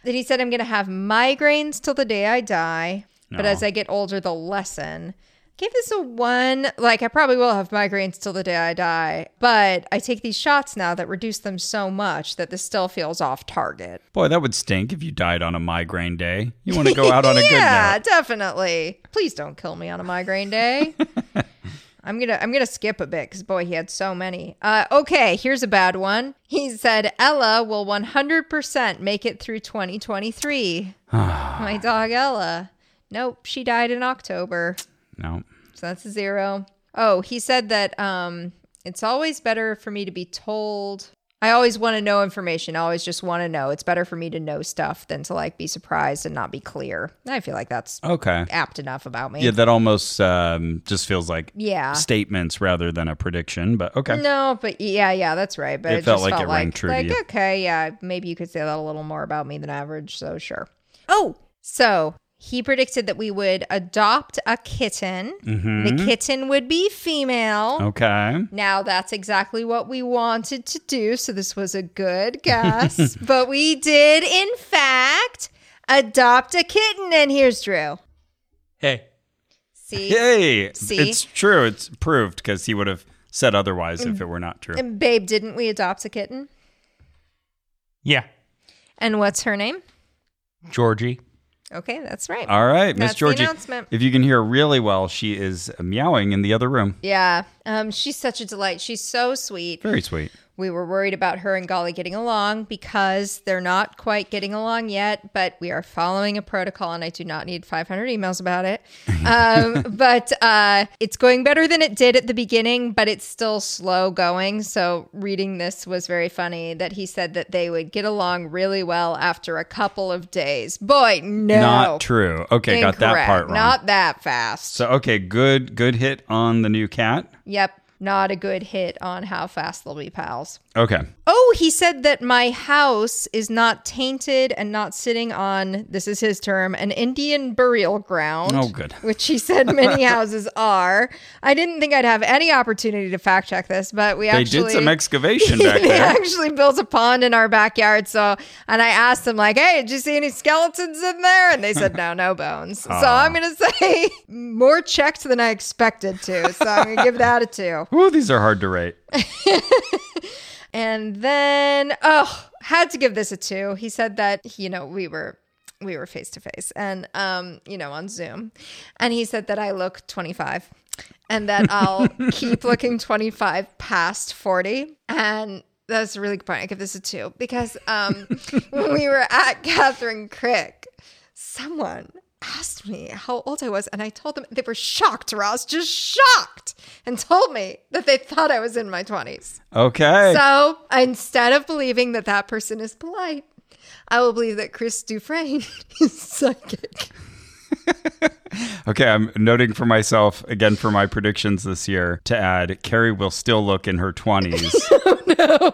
Then he said, I'm going to have migraines till the day I die. But
No.
as I get older, they'll lessen. Give this a one. Like, I probably will have migraines till the day I die. But I take these shots now that reduce them so much that this still feels off target.
Boy, that would stink if you died on a migraine day. You want to go out on a good
yeah,
night.
definitely. Please don't kill me on a migraine day. I'm gonna I'm gonna skip a bit because boy he had so many. Uh, okay, here's a bad one. He said Ella will 100% make it through 2023. My dog Ella. Nope, she died in October.
No.
So that's a zero. Oh, he said that um, it's always better for me to be told. I always want to know information. I always just want to know. It's better for me to know stuff than to like be surprised and not be clear. I feel like that's
Okay.
apt enough about me.
Yeah, that almost um, just feels like
Yeah.
statements rather than a prediction, but okay.
No, but yeah, yeah, that's right. But
It
it,
felt
just
like
felt
it rang
like,
true to
like
you.
okay, yeah, maybe you could say that a little more about me than average. So sure. Oh, so he predicted that we would adopt a kitten.
Mm-hmm.
The kitten would be female.
Oh. Okay.
Now, that's exactly what we wanted to do. So, this was a good guess. but we did, in fact, adopt a kitten. And here's Drew.
Hey.
See?
Hey.
See?
It's true. It's proved because he would have said otherwise
Mm.
if it were not true.
And babe, didn't we adopt a kitten?
Yeah.
And what's her name?
Georgie. Uh,
Okay, that's right.
All right,
That's
Miss
the
Georgie.
announcement.
If you can hear really well, she is meowing in the other room.
yeah. Um, she's such a delight. She's so sweet.
Very sweet.
We were worried about her and Golly getting along because they're not quite getting along yet, but we are following a protocol, and I do not need 500 emails about it. Um, but uh, it's going better than it did at the beginning, but it's still slow going. So reading this was very funny that he said that they would get along really well after a couple of days. Boy, no.
Not true. Okay, got that
Incorrect.
part wrong.
Not that fast.
so okay, good good hit on the new cat.
Yep. Not a good hit on how fast they'll be pals.
Okay.
Oh, he said that my house is not tainted and not sitting on, this is his term, an Indian burial ground.
Oh, good.
Which he said many houses are. I didn't think I'd have any opportunity to fact check this, but we
They
actually.
did some excavation back
they
there.
actually built a pond in our backyard. So, and I asked them, like, hey, did you see any skeletons in there? And they said, no, no bones. So I'm going to say more checked than I expected to. So I'm going to give that a two.
Ooh, these are hard to rate.
And then, oh, had to give this a two. He said that, you know, we were. We were face to face and, um, you know, on Zoom. And he said that I look 25 and that I'll keep looking 25 past 40. And that's a really good point. I give this a two because um, when we were at Catherine Crick, someone asked me how old I was, and I told them they were shocked, Ross, just shocked, and told me that they thought I was in my 20s.
Okay.
So instead of believing that that person is polite, I will believe that Chris Dufresne is psychic.
Okay, I'm noting for myself again for my predictions this year to add Carrie will still look in her 20s.
Oh,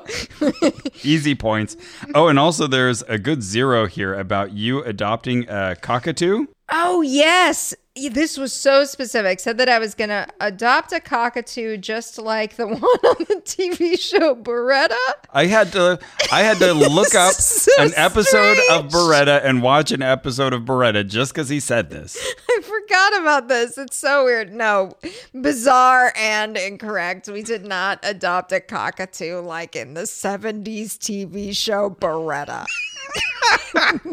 Easy points. Oh, and also there's a good zero here about you adopting a cockatoo.
Oh, yes. This was so specific. Said that I was going to adopt a cockatoo just like the one on the TV show Beretta.
I had to I had to look up
So
an episode of
strange.
Beretta and watch an episode of Beretta just cuz he said this.
I forgot about this. It's so weird. No, bizarre and incorrect. We did not adopt a cockatoo like in the 70s TV show Beretta.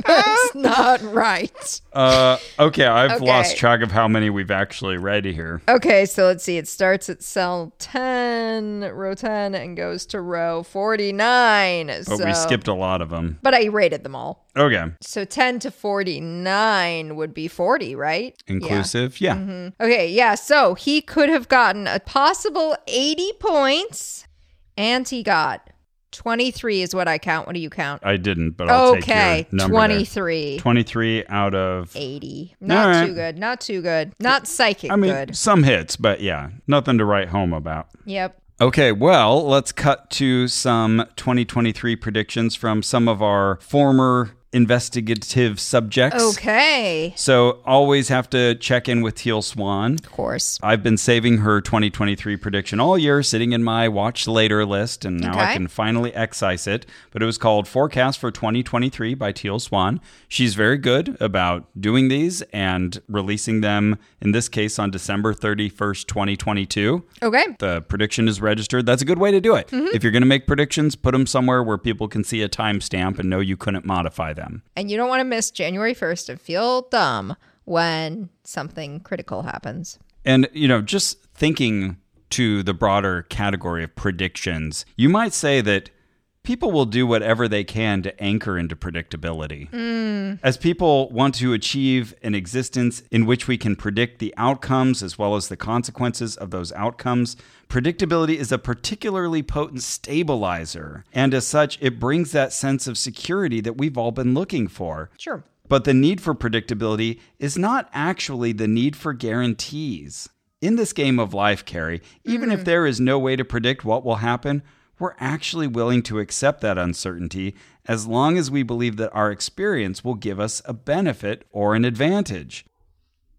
That's not right.
Uh, okay, I've
Okay.
lost track of how many we've actually read here.
Okay, so let's see. It starts at cell 10, row 10, and goes to row 49.
But
so,
Oh, we skipped a lot of them.
But I rated them all.
Okay.
So 10 to 49 would be 40, right? Yeah.
Inclusive. Yeah.
Okay, yeah. So he could have gotten a possible 80 points, and he got 23 is what I count. What do you count?
I didn't, but I'll
okay,
take your number there.
23.
23 out of
80. Not
right.
too good. Not too good. Not psychic
I mean
good.
some hits, but yeah, nothing to write home about.
Yep.
Okay, well, let's cut to some 2023 predictions from some of our former investigative subjects.
Okay.
So, always have to check in with Teal Swan.
Of course.
I've been saving her 2023 prediction all year, sitting in my watch later list, and now I
Okay.
can finally excise it. But it was called Forecast for 2023 by Teal Swan. She's very good about doing these and releasing them, in this case, on December 31st, 2022
Okay.
the prediction is registered. That's a good way to do it. If you're going to make predictions, put them somewhere where people can see a timestamp and know you couldn't modify them.
And you don't want to miss January 1st and feel dumb when something critical happens.
And, you know, just thinking to the broader category of predictions, you might say that people will do whatever they can to anchor into predictability. As people want to achieve an existence in which we can predict the outcomes as well as the consequences of those outcomes, predictability is a particularly potent stabilizer. And as such, it brings that sense of security that we've all been looking for.
Sure.
But the need for predictability is not actually the need for guarantees. In this game of life, Carrie, even
Mm.
if there is no way to predict what will happen, we're actually willing to accept that uncertainty as long as we believe that our experience will give us a benefit or an advantage.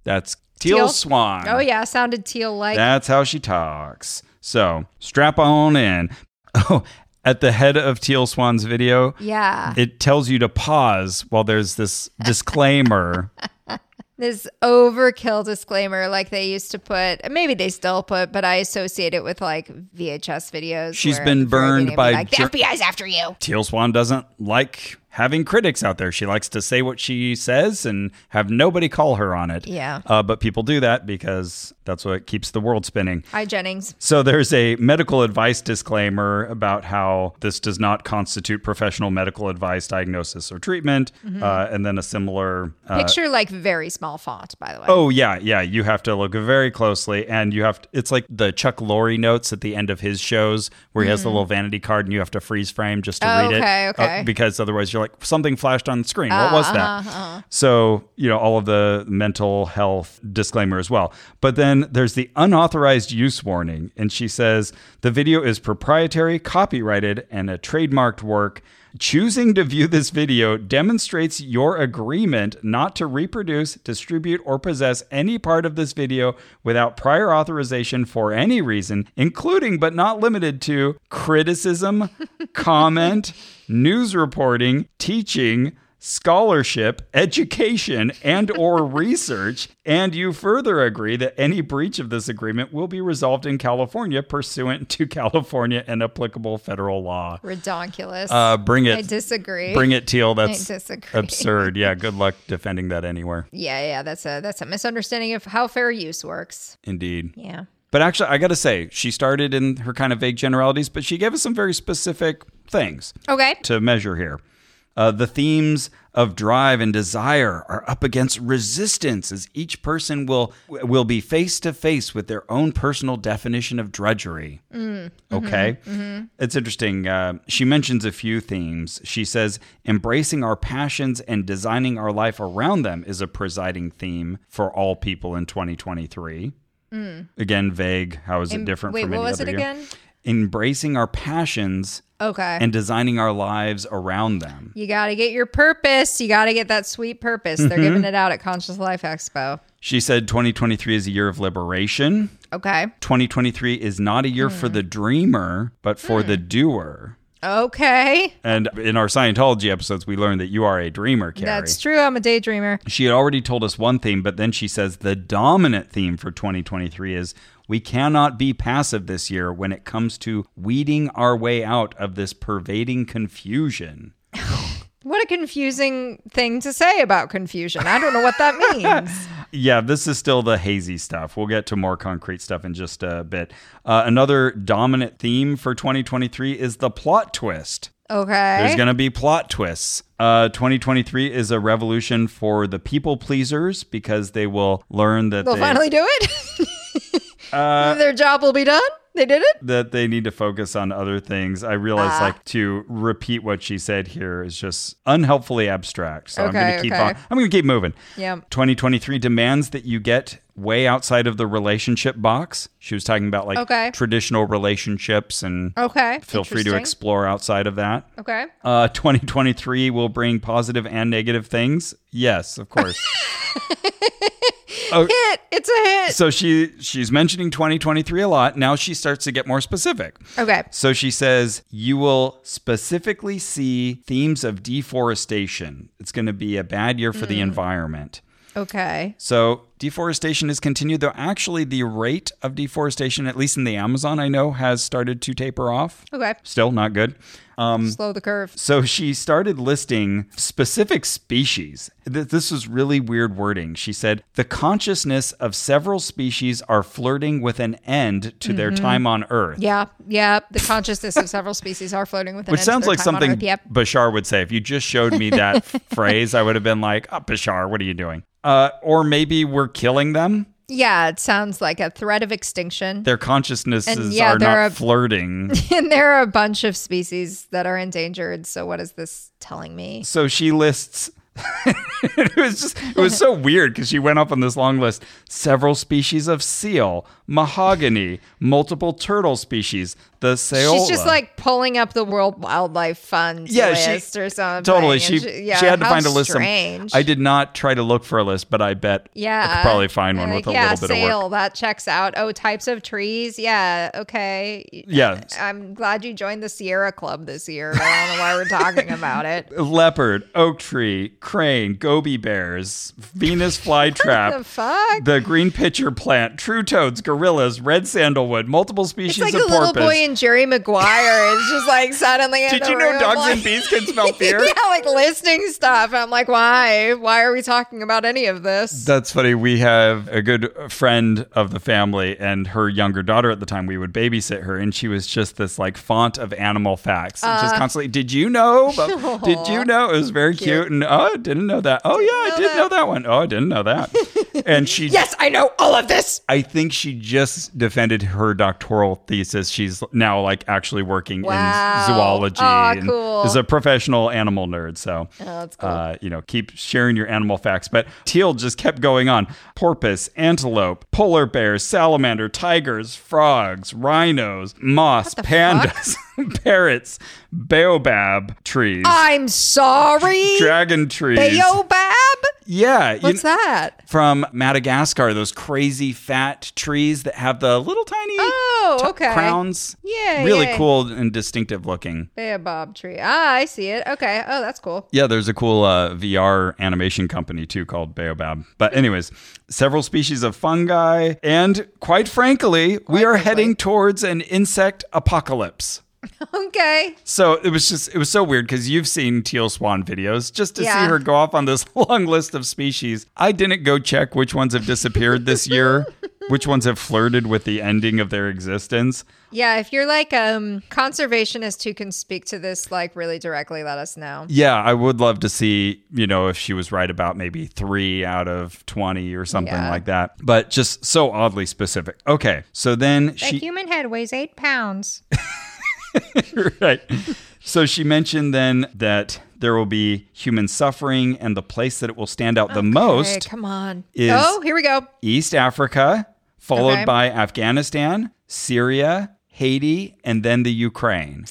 That's Teal,
Teal?
Swan.
Oh, yeah. Sounded teal like.
That's how she talks. So strap on in. Oh, at the head of Teal Swan's video,
yeah.
it tells you to pause while there's this disclaimer.
this overkill disclaimer, like they used to put, and maybe they still put, but I associate it with like VHS videos.
She's
where
been
at the very
burned
beginning it'd be
by
Like, the
jur-
FBI's after you.
Teal Swan doesn't like having critics out there. She likes to say what she says and have nobody call her on it.
Yeah.
Uh, but people do that because that's what keeps the world spinning.
Hi, Jennings.
So there's a medical advice disclaimer about how this does not constitute professional medical advice, diagnosis, or treatment, uh, and then a similar. Uh,
Mm-hmm. Picture like very small font, by the way.
Oh yeah, yeah. You have to look very closely, and you have. To, it's like the Chuck Lorre notes at the end of his shows, where he has the little vanity card, and you have to freeze frame just to
Oh,
read
okay,
it, uh,
okay. Uh-huh,
because otherwise you're like something flashed on the screen. what was that? So you know all of the mental health disclaimer as well. But then there's the unauthorized use warning, and she says the video is proprietary, copyrighted, and a trademarked work. Choosing to view this video demonstrates your agreement not to reproduce, distribute, or possess any part of this video without prior authorization for any reason, including but not limited to criticism, comment, news reporting, teaching, scholarship, education, and or research, and you further agree that any breach of this agreement will be resolved in California pursuant to California and applicable federal law.
Redonkulous.
Uh, bring it.
I disagree.
Bring it, Teal. That's
disagree.
absurd. Yeah, good luck defending that anywhere.
Yeah, yeah, that's a that's a misunderstanding of how fair use works.
Indeed.
Yeah.
But actually, I got to say, she started in her kind of vague generalities, but she gave us some very specific things
Okay.
to measure here. Uh, the themes of drive and desire are up against resistance as each person will will be face to face with their own personal definition of drudgery.
Mm-hmm.
Okay. It's interesting. Uh, she mentions a few themes. She says, embracing our passions and designing our life around them is a presiding theme for all people in 2023. Again, vague. How is it
Mm.
different
Wait,
from
what
any
was it
other year?
again?
Embracing our passions
Okay.
and designing our lives around them.
you got to get your purpose. You got to get that sweet purpose.
Mm-hmm.
They're giving it out at Conscious Life Expo.
She said 2023 is a year of liberation.
Okay.
2023 is not a year for the dreamer, but for the doer.
Okay.
And in our Scientology episodes, we learned that you are a dreamer, Carrie.
That's true. I'm a daydreamer.
She had already told us one theme, but then she says the dominant theme for 2023 is we cannot be passive this year when it comes to weeding our way out of this pervading confusion.
What a confusing thing to say about confusion. I don't know what that means.
Yeah, this is still the hazy stuff. We'll get to more concrete stuff in just a bit. Uh, another dominant theme for 2023 is the plot twist. There's
Okay.
going to be plot twists. Uh, 2023 is a revolution for the people pleasers because they will learn that
They'll
they,
finally do it.
Uh,
Their job will be done. They did it.
that they need to focus on other things. I realize
Ah.
like to repeat what she said here is just unhelpfully abstract. So I'm
Okay,
going to keep
okay.
on. I'm going to keep moving.
Yeah.
2023 demands that you get way outside of the relationship box. She was talking about like
Okay.
traditional relationships and
Okay.
feel free to
Interesting.
explore outside of that.
Okay.
Uh, 2023 will bring positive and negative things. Yes, of course.
Hit. It's a hit.
so she she's mentioning 2023 a lot. Now she starts to get more specific.
Okay.
So she says, you will specifically see themes of deforestation. It's going to be a bad year for
Hmm.
the environment.
Okay.
So deforestation is continued, though actually the rate of deforestation, at least in the Amazon, I know, has started to taper off.
Okay.
Still not good. Um,
Slow the curve.
So she started listing specific species. Th- This was really weird wording. She said, The consciousness of several species are flirting with an end to their time on Earth.
Mm-hmm. Yeah, yeah. The consciousness of several species are floating with an
Which
end to
sounds
their
like
time on
something
Earth. Yep.
Bashar would say. If you just showed me that phrase, I would have been like, oh, Bashar, what are you doing? Uh, or maybe we're killing them.
Yeah, it sounds like a threat of extinction.
Their consciousnesses
And, yeah,
are
they're
not
a-
flirting.
and there are a bunch of species that are endangered. So what is this telling me?
so she lists. it was just it was so weird because she went up on this long list several species of seal mahogany multiple turtle species the Saola.
She's just like pulling up the World Wildlife Fund
yeah
list
she
or something.
totally
and
she,
yeah,
she had to
how
find a list some-
Strange.
i did not try to look for a list but i bet i
Yeah,
could probably find one
Like,
with a
yeah,
little bit
sale,
of work
that checks out. Oh, types of trees. Yeah, okay.
Yeah.
I'm glad uh, you joined the Sierra Club this year. I don't know why we're talking about it.
leopard oak tree crane, goby bears, Venus flytrap.
the fuck?
The green pitcher plant, true toads, gorillas, red sandalwood, multiple
It's
species
like a
of
little
porpoise.
boy and Jerry Maguire is just like suddenly. in
Did
the
you know
room,
dogs
like-
and bees can smell fear?
yeah, like listing stuff. I'm like, why? Why are we talking about any of this?
That's funny. We have a good friend of the family and her younger daughter at the time. We would babysit her, and she was just this like font of animal facts, and
Uh,
just constantly. Did you know? But did you know? It was very cute. And oh, I didn't know that. Oh yeah, I did know that one. Oh, I didn't know that. and she
yes, I know all of this.
I think she just defended her doctoral thesis. She's now like actually working
Wow.
in zoology
Aw,
and
cool. Oh,
is a professional animal nerd. So,
that's cool.
uh, you know, keep sharing your animal facts. But Teal just kept going on: porpoise, antelope, polar bears, salamander, tigers, frogs, rhinos, moss, pandas, parrots, baobab trees,
I'm sorry.
dragon trees.
Baobab?
yeah, you
What's that?
from Madagascar, those crazy fat trees that have the little tiny
Oh,
t-
okay.
crowns.
Yeah,
Really
yeah.
cool and distinctive looking.
Baobab tree. Ah, I see it. Okay. Oh, that's cool.
Yeah, there's a cool uh, VR animation company too called Baobab. But, anyways, several species of fungi. And quite frankly, we are heading towards an insect apocalypse.
Okay.
So it was just, it was so weird because you've seen Teal Swan videos just to
Yeah.
see her go off on this long list of species. I didn't go check which ones have disappeared this year, which ones have flirted with the ending of their existence.
Yeah, if you're like um conservationist who can speak to this like really directly, let us know.
Yeah, I would love to see, you know, if she was right about maybe three out of 20 or something
Yeah.
like that, but just so oddly specific. Okay. So then
The
she,
human head weighs eight pounds.
right. So she mentioned then that there will be human suffering and the place that it will stand out the
Hey,
most.
come on.
is-
oh, here we go.
East Africa, followed
Okay.
by Afghanistan, Syria, Haiti, and then the Ukraine.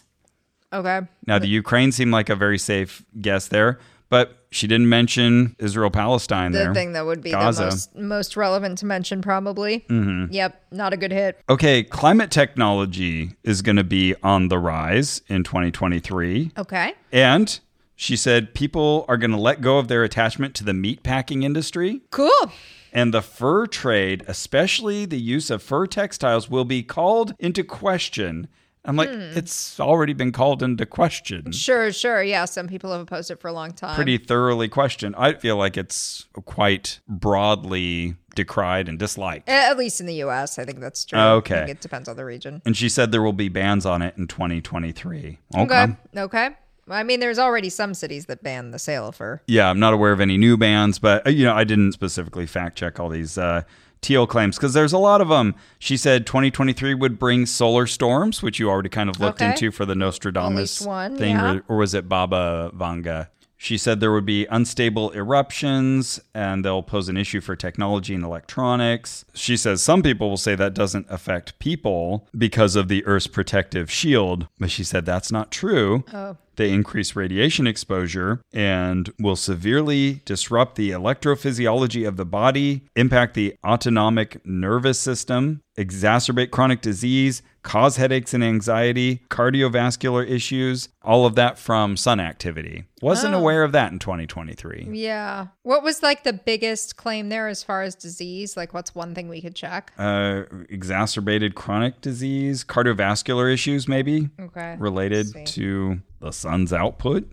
Okay.
Now, the Ukraine seemed like a very safe guess there, but she didn't mention Israel Palestine
The
there.
thing that would be
Gaza. Mm-hmm.
the most most relevant to mention probably. Yep, not a good hit.
Okay, climate technology is going to be on the rise in 2023.
Okay.
And she said people are going to let go of their attachment to the meatpacking industry.
Cool.
and the fur trade, especially the use of fur textiles, will be called into question. I'm like, it's already been called into question.
Sure, sure. Yeah, some people have opposed it for a long time.
Pretty thoroughly questioned. I feel like it's quite broadly decried and disliked.
At least in the U.S., I think that's true.
Okay.
I think it depends on the region.
And she said there will be bans on it in 2023.
Okay.
Okay.
Okay. I mean, there's already some cities that ban the sale of fur.
Yeah, I'm not aware of any new bans, but uh, you know, I didn't specifically fact check all these uh, teal claims because there's a lot of them. She said 2023 would bring solar storms, which you already kind of looked
Okay.
into for the Nostradamus
At least one,
thing,
yeah.
or, or was it Baba Vanga? She said there would be unstable eruptions and they'll pose an issue for technology and electronics. She says some people will say that doesn't affect people because of the Earth's protective shield, but she said that's not true.
Oh.
They increase radiation exposure and will severely disrupt the electrophysiology of the body, impact the autonomic nervous system, exacerbate chronic disease, cause headaches and anxiety, cardiovascular issues, all of that from sun activity. Wasn't aware of that in 2023.
Yeah. What was like the biggest claim there as far as disease? Like, what's one thing we could check?
Uh, exacerbated chronic disease, cardiovascular issues, maybe
Okay.
related to the sun's output.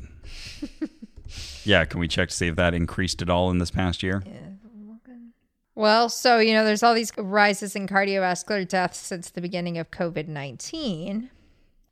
yeah, can we check to see if that increased at all in this past year?
Well, so, you know, there's all these rises in cardiovascular deaths since the beginning of COVID 19.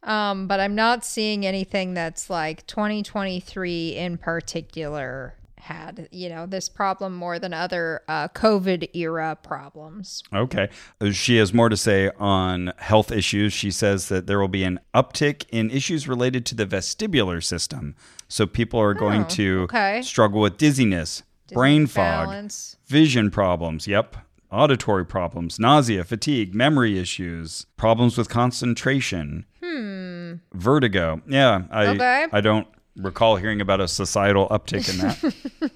Um, but I'm not seeing anything that's like 2023 in particular had, you know, this problem more than other uh, COVID era problems.
Okay. Uh, She has more to say on health issues. She says that there will be an uptick in issues related to the vestibular system. So people are going to
Oh, okay.
struggle with dizziness, brain fog,
Balance.
vision problems. Yep. Auditory problems, nausea, fatigue, memory issues, problems with concentration, vertigo. Yeah, I
Okay.
I don't recall hearing about a societal uptick in that.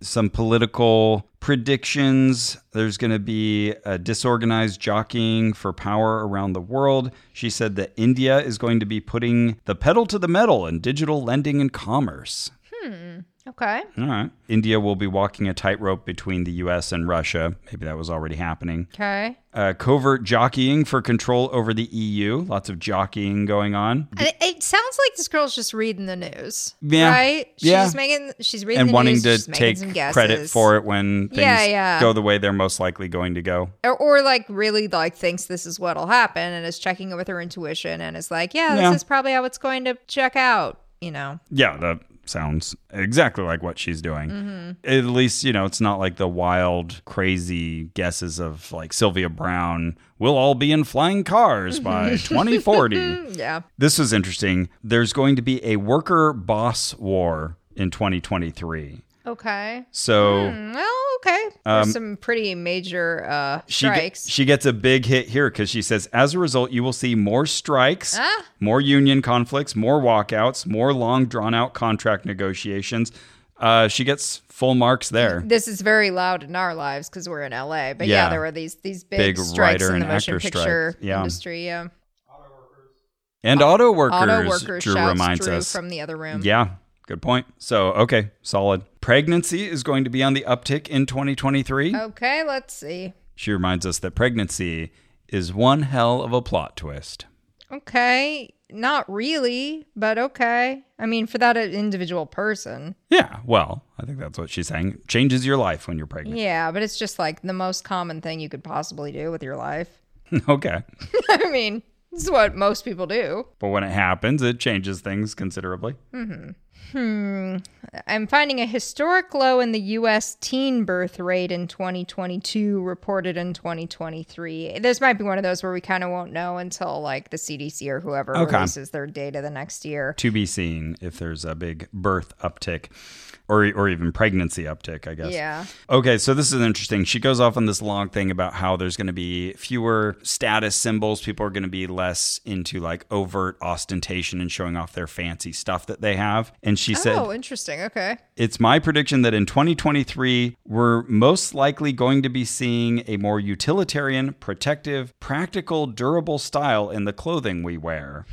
Some political predictions. There's going to be a disorganized jockeying for power around the world. She said that India is going to be putting the pedal to the metal in digital lending and commerce.
Okay.
All right. India will be walking a tightrope between the US and Russia. Maybe that was already happening.
Okay.
Uh, covert jockeying for control over the EU. Lots of jockeying going on.
It, it sounds like this girl's just reading the news.
Yeah.
Right?
Yeah.
She's making she's reading
And
the
wanting
news,
to
she's making
take
some guesses.
credit for it when things
Yeah, yeah.
go the way they're most likely going to go.
Or, or like really like thinks this is what'll happen and is checking it with her intuition and is like, yeah, this
Yeah.
is probably how it's going to check out, you know.
Yeah, that sounds exactly like what she's doing. At least, you know, it's not like the wild, crazy guesses of like Sylvia Brown, we'll all be in flying cars by 2040.
Yeah.
This is interesting. There's going to be a worker boss war in 2023.
Okay.
So
Hmm, Well, okay. There's some pretty major uh
Um, she, ge-
strikes.
she gets a big hit here because she says, as a result, you will see more strikes,
Ah.
more union conflicts, more walkouts, more long drawn out contract negotiations. Uh, she gets full marks there.
this is very loud in our lives because we're in LA. But yeah,
Yeah.
there were these these big,
Big
strikes
writer
in the
and
motion
actor
picture
strike. Yeah.
industry. Yeah.
And auto workers,
Auto workers
Drew
shouts
reminds
Drew
us.
from the other room.
yeah, good point. So, okay, solid. Pregnancy is going to be on the uptick in 2023.
Okay, let's see.
She reminds us that pregnancy is one hell of a plot twist.
Okay. Not really, but okay. I mean, for that individual person.
Yeah, well, I think that's what she's saying. Changes your life when you're pregnant.
Yeah, but it's just like the most common thing you could possibly do with your life.
okay.
I mean, this is what most people do.
But when it happens, it changes things considerably.
I'm finding a historic low in the US teen birth rate in 2022, reported in 2023. This might be one of those where we kind of won't know until like the CDC or whoever
Okay.
releases their data the next year.
To be seen if there's a big birth uptick or, or even pregnancy uptick, I guess.
Yeah.
Okay, so this is interesting. She goes off on this long thing about how there's going to be fewer status symbols. People are going to be less into like overt ostentation and showing off their fancy stuff that they have. And she said,
oh, interesting. Okay.
It's my prediction that in 2023, we're most likely going to be seeing a more utilitarian, protective, practical, durable style in the clothing we wear.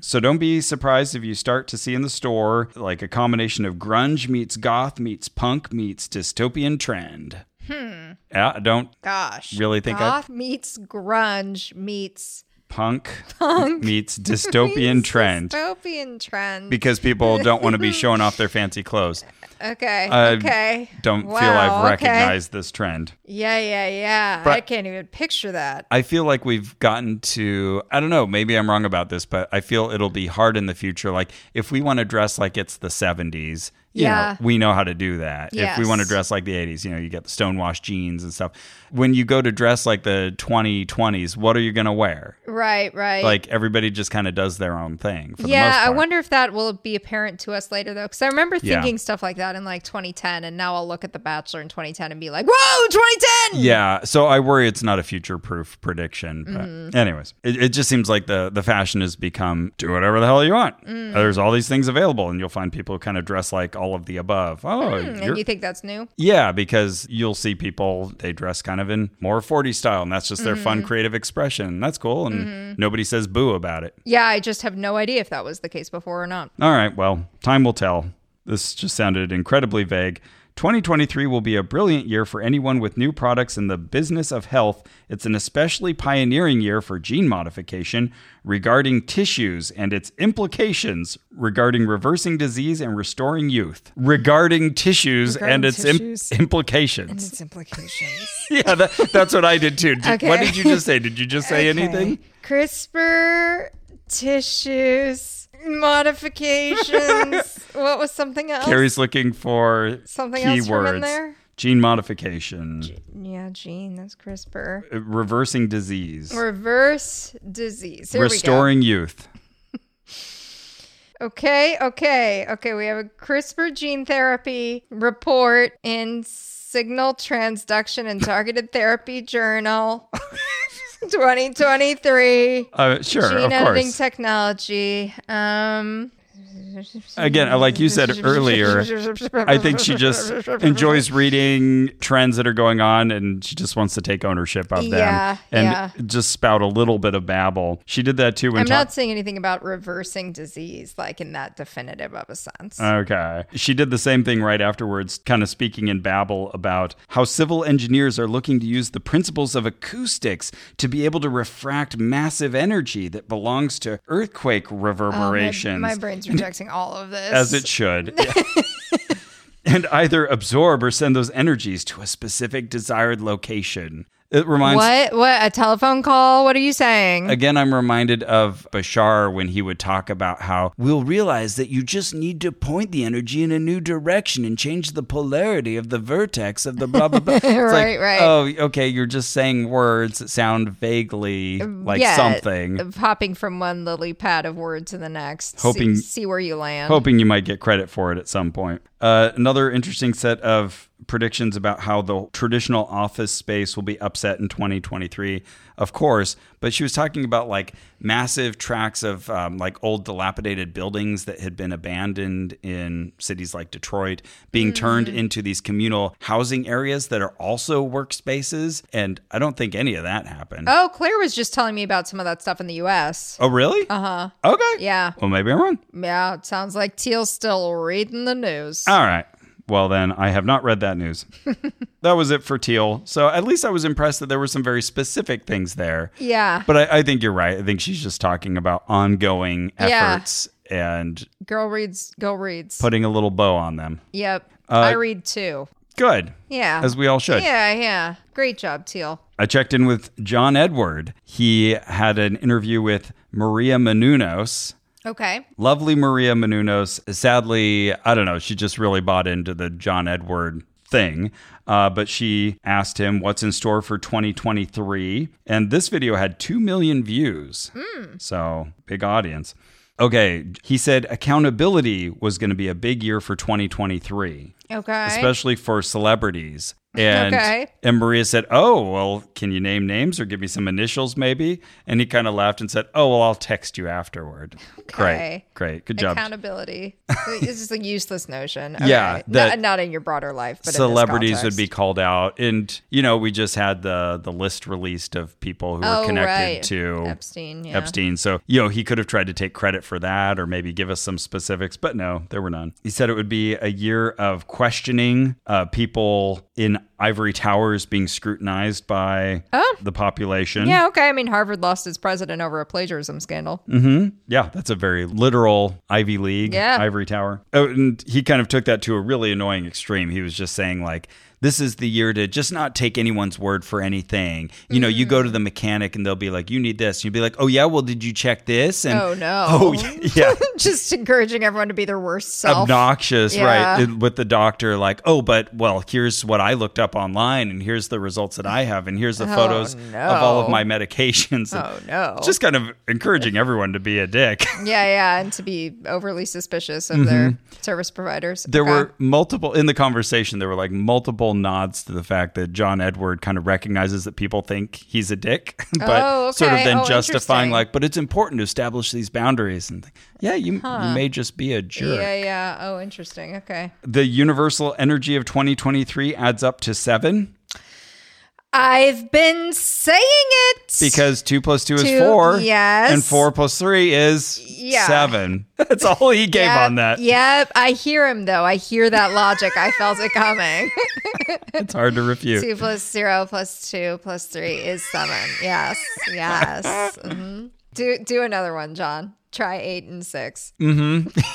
So don't be surprised if you start to see in the store like a combination of grunge meets goth meets punk meets dystopian trend. Hmm. Yeah, I don't
Gosh.
Really think I-
Goth meets grunge meets
punk, meets dystopian
meets
trend
Dystopian trend.
because people don't want to be showing off their fancy clothes.
okay.
I
okay.
Don't feel
Wow,
I've
okay.
recognized this trend.
Yeah, yeah, yeah. I
But-
can't even picture that.
I feel like we've gotten to I don't know, maybe I'm wrong about this, but I feel it'll be hard in the future. Like if we want to dress like it's the seventies, you
Yeah.
know, we know how to do that. If we want to
Yes.
dress like the eighties, you know, you get the stonewashed jeans and stuff. When you go to dress like the twenty twenties, what are you gonna wear?
Right, right.
Like everybody just kind of does their own thing. For the most
yeah, I
part.
wonder if that will be apparent to us later though, because I remember
Yeah.
thinking stuff like that in like 2010, and now I'll look at The Bachelor in 2010 and be like, "Whoa, 2010!"
Yeah, so I worry it's not a future-proof prediction. But
Mm-hmm.
anyways, it, it just seems like the the fashion has become do whatever the hell you want.
Mm.
There's all these things available, and you'll find people who kind of dress like all of the above. Oh, you're-
Mm, And you think that's new?
yeah, because you'll see people they dress kind of in more 40 style, and that's just their
Mm-hmm.
fun creative expression. That's cool, and nobody says boo about it.
Yeah, I just have no idea if that was the case before or not.
All right, well, time will tell. This just sounded incredibly vague. 2023 will be a brilliant year for anyone with new products in the business of health. It's an especially pioneering year for gene modification regarding tissues and its implications regarding reversing disease and restoring youth. Regarding tissues and its im-
tissues.
implications.
Its implications.
yeah, that, that's what I did too. Did-
Okay.
What did you just say? Did you just say anything?
CRISPR tissues modifications. what was something else?
Carrie's looking for
Something
keywords.
else from in there?
Gene modification.
yeah, gene. That's CRISPR.
reversing disease,
Reverse disease. Here we go.
restoring youth.
Okay, okay, okay. We have a CRISPR gene therapy report in Signal Transduction and Targeted Therapy Journal 2023.
Uh, sure,
gene
Uh, of
editing
course.
technology. Um,
Again, like you said earlier, I think she just enjoys reading trends that are going on and she just wants to take ownership of them
Yeah,
and
yeah.
just spout a little bit of babble. She did that too when
I'm
ta-
not saying anything about reversing disease, like in that definitive of a sense.
Uh, Okay. She did the same thing right afterwards, kind of speaking in babble about how civil engineers are looking to use the principles of acoustics to be able to refract massive energy that belongs to earthquake
Oh, my,
reverberations.
my brain's rejecting all of this.
as it should. and either absorb or send those energies to a specific desired location. It reminds
what? What? A telephone call? What are you saying?
Again, I'm reminded of Bashar when he would talk about how we'll realize that you just need to point the energy in a new direction and change the polarity of the vertex of the blah blah blah. It's
Right, right.
Oh, okay. You're just saying words that sound vaguely like
Um, Yeah,
something.
Hopping from one lily pad of word to the next. see-
Hoping-
See, where you land.
Hoping you might get credit for it at some point. Uh, another interesting set of predictions about how the traditional office space will be upset in 2023, of course. But she was talking about like massive tracts of um, like old dilapidated buildings that had been abandoned in cities like Detroit being turned
Mm.
into these communal housing areas that are also workspaces. And I don't think any of that happened.
Oh, Claire was just telling me about some of that stuff in the U.S.
Oh, really? Uh huh. Okay.
Uh-huh. Yeah.
Well, maybe I'm wrong.
Yeah, it sounds like Teal's still reading the news.
All right. Well, then, I have not read that news. that was it for Teal. So at least I was impressed that there were some very specific things there.
yeah.
But I, I think you're right. I think she's just talking about ongoing
Yeah.
efforts and
Girl reads, girl reads.
putting a little bow on them.
yep. I read too.
Good.
Yeah.
uh, As we all should.
Yeah, yeah. Great job, Teal.
I checked in with John Edward. He had an interview with Maria Menounos.
Okay.
Lovely Maria Menounos. Sadly, I don't know. She just really bought into the John Edward thing. Uh, but she asked him what's in store for 2023. And this video had 2 million views. So big audience. Okay. He said accountability was going to be a big year for 2023
Okay.
especially for celebrities. And
Okay.
and Maria said, "Oh, well, can you name names or give me some initials, maybe?" And he kind of laughed and said, "Oh, well, I'll text you afterward."
Okay.
Great, great, good job.
Accountability. this is a useless notion. Okay.
Yeah,
Not-
that-
not, in your broader life, but in this
Celebrities would be
context.
called out, and you know, we just had the the list released of people who were
Oh,
connected
right.
to
Epstein. Yeah.
Epstein. So, you know, he could have tried to take credit for that or maybe give us some specifics, but no, there were none. He said it would be a year of questioning, uh, people in ivory towers being scrutinized by the population.
Oh. Yeah. Okay. I mean, Harvard lost its president over a plagiarism scandal.
Mm. Yeah, that's a very literal Ivy League,
Yeah.
Ivory Tower. Oh, and he kind of took that to a really annoying extreme. He was just saying, like, this is the year to just not take anyone's word for anything. You know, you go to the
Mm-hmm.
mechanic and they'll be like, you need this. You'll be like, oh, yeah, well, did you check this? And
Oh, no.
Oh, yeah. yeah.
Just encouraging everyone to be their worst self.
obnoxious, right?
Yeah.
It- With the doctor, like, oh, but well, here's what I looked up online, and here's the results that I have, and here's the photos of all of
Oh, no.
my medications.
Oh, no.
Just kind of encouraging everyone to be a dick.
Yeah, yeah, and to be overly suspicious of their service providers.
Mm-hmm. There
Okay.
were multiple in the conversation. There were like multiple nods to the fact that John Edward kind of recognizes that people think he's a dick, but
Oh,
sort of
okay.
then
Oh,
justifying
interesting.
like, but it's important to establish these boundaries and think, yeah, you, you may just be a jerk.
Yeah, yeah. Oh, interesting. Okay.
The universal energy of 2023 adds up to seven
I've been saying it
because two plus two,
Two-
is four.
yes.
And four plus three is
Yeah.
seven. That's all he gave
Yep,
on that.
Yep, I hear him though. I hear that logic. I felt it coming.
It's hard to refute.
two plus zero plus two plus three is seven. Yes, yes. hmm Do do another one, John. Try eight and six.
yeah.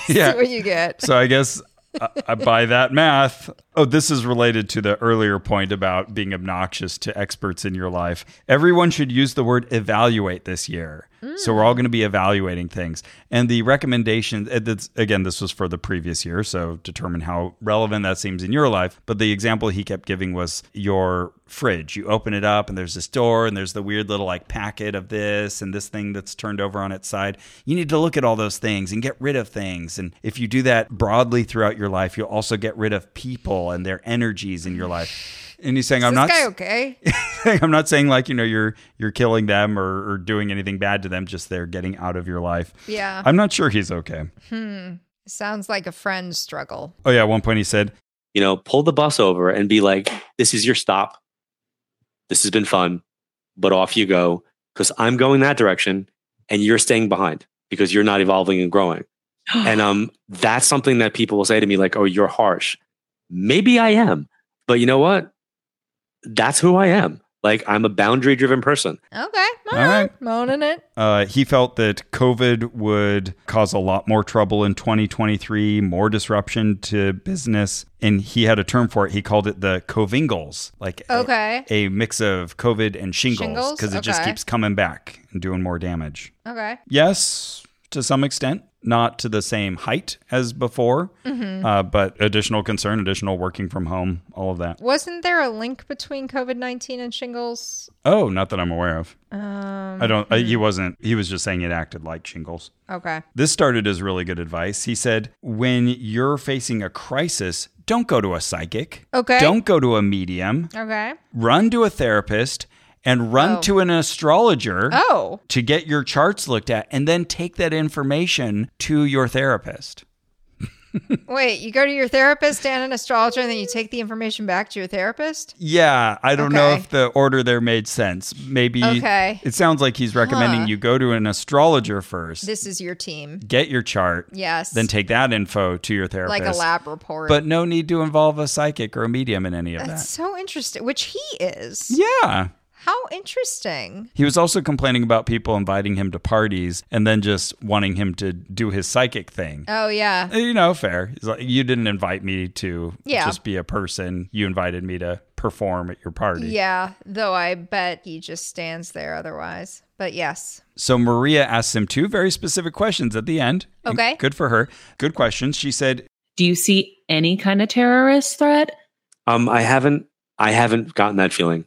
See what you get.
So I guess uh, uh, by that math, oh, this is related to the earlier point about being obnoxious to experts in your life. Everyone should use the word evaluate this year. So we're all going to be evaluating things. And the recommendation, uh, that's, again, this was for the previous year. So determine how relevant that seems in your life. But the example he kept giving was your fridge. You open it up and there's this door and there's the weird little like packet of this and this thing that's turned over on its side. You need to look at all those things and get rid of things. And if you do that broadly throughout your life, you'll also get rid of people and their energies in your life. And he's saying, I'm
Is
not
this guy okay?
I'm not saying like, you know, you're you're killing them or,
Uh-huh.
or doing anything bad to them, just they're getting out of your life.
Yeah. Hmm.
I'm not sure he's okay.
Sounds like a friend struggle.
Oh, yeah. At one point, he said,
You know, pull the bus over and be like, this is your stop. This has been fun, but off you go because I'm going that direction and you're staying behind because you're not evolving and growing. and um, that's something that people will say to me, like, oh, you're harsh. Maybe I am, but you know what? That's who I am. Like, I'm a boundary driven person.
Okay.
All right.
Moaning it.
Uh, he felt that COVID would cause a lot more trouble in 2023, more disruption to business. And he had a term for it. He called it the covingles, like a-
Okay.
a, mix of COVID and shingles,
Shingles?
because it just
Okay.
keeps coming back and doing more damage.
Okay.
Yes, to some extent, not to the same height as before,
Mm-hmm.
uh, but additional concern, additional working from home, all of that.
Wasn't there a link between COVID 19 and shingles?
Oh, not that I'm aware of.
Um,
I don't, uh, he wasn't, he was just saying it acted like shingles.
okay.
This started as really good advice. He said, when you're facing a crisis, don't go to a psychic.
Okay.
Don't go to a medium.
Okay.
Run to a therapist and run
Oh.
to an astrologer
Oh,
to get your charts looked at and then take that information to your therapist.
wait. You go to your therapist and an astrologer, and then you take the information back to your therapist?
Yeah, I don't know
Okay.
if the order there made sense. Maybe
Okay.
it sounds like he's recommending
Huh.
you go to an astrologer first,
This is your team.
get your chart,
Yes.
then take that info to your therapist.
like a lab report.
But no need to involve a psychic or a medium in any of
That's
that.
so interesting, which he is.
Hmm. Yeah.
How interesting.
He was also complaining about people inviting him to parties and then just wanting him to do his psychic thing.
Oh, yeah.
you know, fair. He's like, you didn't invite me to
Yeah.
just be a person. You invited me to perform at your party.
Yeah, though I bet he just stands there otherwise. But yes.
So Maria asks him two very specific questions at the end. And
Okay.
Good for her. Good questions. She said,
Do you see any kind of terrorist threat?
Um, I haven't, I haven't gotten that feeling.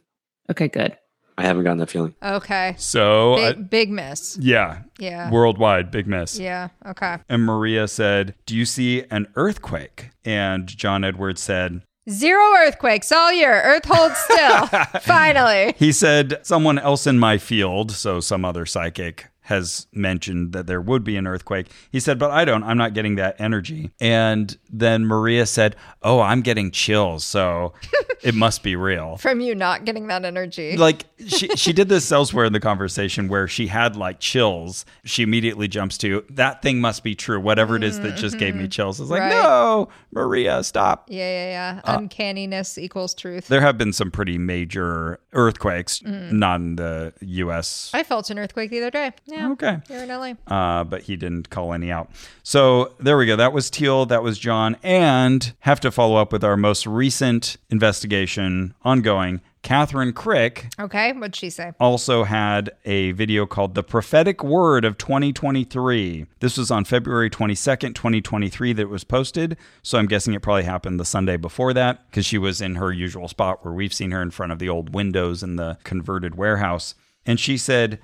Okay, good.
I haven't gotten that feeling.
Okay.
so
Big,
uh,
big miss.
yeah,
Yeah.
worldwide, big mess.
Yeah. Okay.
And Maria said, do you see an earthquake? And John Edwards said,
Zero earthquakes all year. Earth holds still. Finally.
He said someone else in my field, so some other psychic, has mentioned that there would be an earthquake. He said, but I don't. I'm not getting that energy. And then Maria said, oh, I'm getting chills, so it must be real.
From you not getting that energy.
Like she she did this elsewhere in the conversation where she had like chills. She immediately jumps to that thing must be true. Whatever it is that just gave me chills. It's like
Mm-hmm. Right.
no, Maria, stop.
yeah, yeah, yeah.
Uh,
Uncanniness equals truth.
There have been some pretty major earthquakes,
Mm.
not in the U.S.
I felt an earthquake the other day. Yeah.
Okay.
Here in LA.
uh, but he didn't call any out. So there we go. That was Teal. That was John. And have to follow up with our most recent investigation ongoing. Catherine Crick
Okay. What'd she say?
also had a video called The Prophetic Word of 2023. This was on February 22nd, 2023, that it was posted. So I'm guessing it probably happened the Sunday before that because she was in her usual spot where we've seen her in front of the old windows in the converted warehouse. And she said,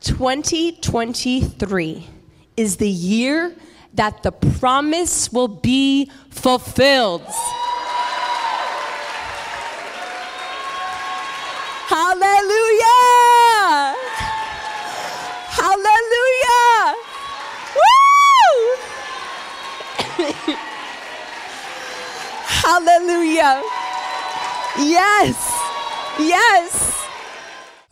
2023 is the year that the promise will be fulfilled. Hallelujah! Hallelujah! Woo! Hallelujah! Yes! Yes!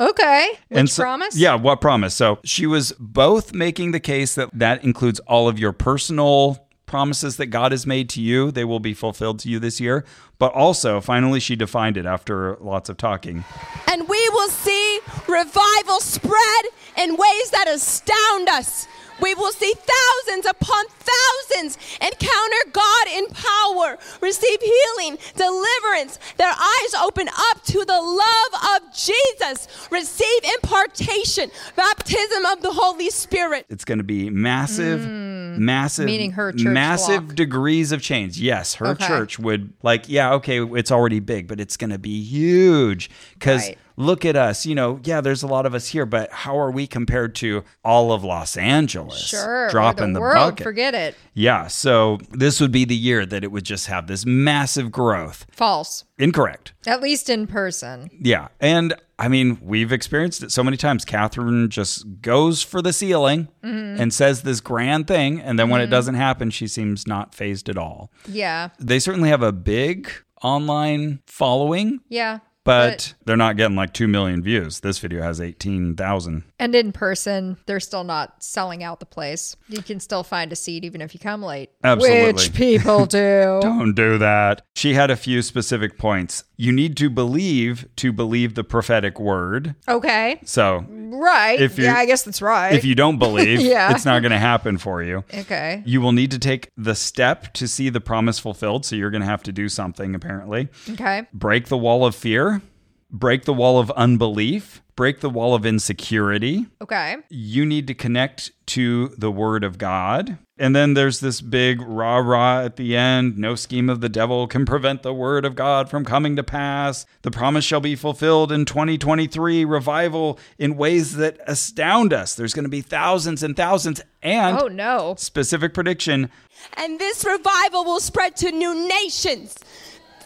Okay. Which
and so-
promise?
Yeah, what promise? So she was both making the case that that includes all of your personal promises that God has made to you. They will be fulfilled to you this year. But also, finally, she defined it after lots of talking.
and we will see revival spread in ways that astound us. We will see thousands upon thousands encounter God in power, receive healing, deliverance, their eyes open up to the love of Jesus, receive impartation, baptism of the Holy Spirit.
It's going to be massive, massive,
Mm. Meaning her church
massive
flock.
degrees of change. Yes, her
Okay.
church would like, yeah, okay, it's already big, but it's going to be huge because.
Right.
Look at us, you know. Yeah, there's a lot of us here, but how are we compared to all of Los Angeles?
Sure. or
dropping
the,
the,
world.
bucket.
Forget it.
Yeah, so this would be the year that it would just have this massive growth.
False.
Incorrect.
At least in person.
Yeah. And I mean, we've experienced it so many times. Catherine just goes for the ceiling
Mhm.
and says this grand thing. And then when
Mhm.
it doesn't happen, she seems not phased at all.
Yeah.
They certainly have a big online following,
Yeah.
but, they're not getting like 2 million views. This video has 18,000.
And in person, they're still not selling out the place. You can still find a seat even if you come late.
Absolutely.
Which people do.
Don't do that. She had a few specific points. You need to believe to believe the prophetic word.
Okay.
So
Right.
If you-
yeah, I guess that's right.
if you don't believe,
Yeah.
it's not going to happen for you.
Okay.
You will need to take the step to see the promise fulfilled. So you're going to have to do something, apparently.
Okay.
Break the wall of fear, break the wall of unbelief, break the wall of insecurity.
Okay.
You need to connect to the word of God. And then there's this big rah rah at the end no scheme of the devil can prevent the word of God from coming to pass. The promise shall be fulfilled in 2023 revival in ways that astound us. There's going to be thousands and thousands. And
Oh, no.
specific prediction
And this revival will spread to new nations.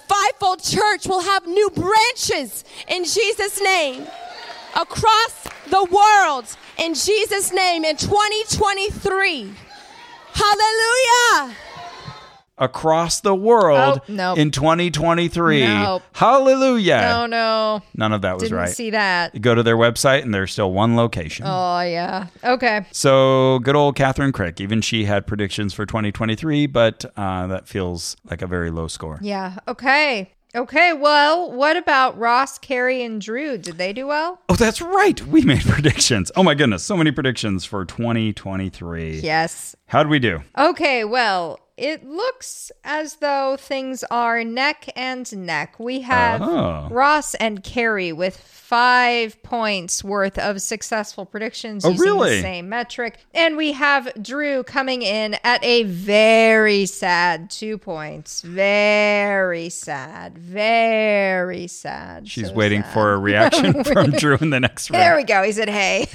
Fivefold Church will have new branches in Jesus' name across the world in Jesus' name in 2023. Hallelujah.
across the world
Oh, nope.
in 2023.
Nope.
Hallelujah.
No, Oh, no.
None of that was
Didn't
right.
see that.
You go to their website and there's still one location.
Oh, yeah. Okay.
So good old Catherine Crick. Even she had predictions for 2023, but uh, that feels like a very low score.
Yeah. Okay. Okay. Well, what about Ross, Carrie, and Drew? Did they do well?
Oh, that's right. We made predictions. Oh my goodness, so many predictions for 2023.
Yes.
How'd we do?
Okay, well, it looks as though things are neck and neck. We have
Oh.
Ross and Carrie with five points worth of successful predictions
Oh,
using the
really?
same metric. And we have Drew coming in at a very sad two points. Very sad. Very sad.
She's
So
waiting for a reaction from Drew in the next room.
There we go. He said, hey.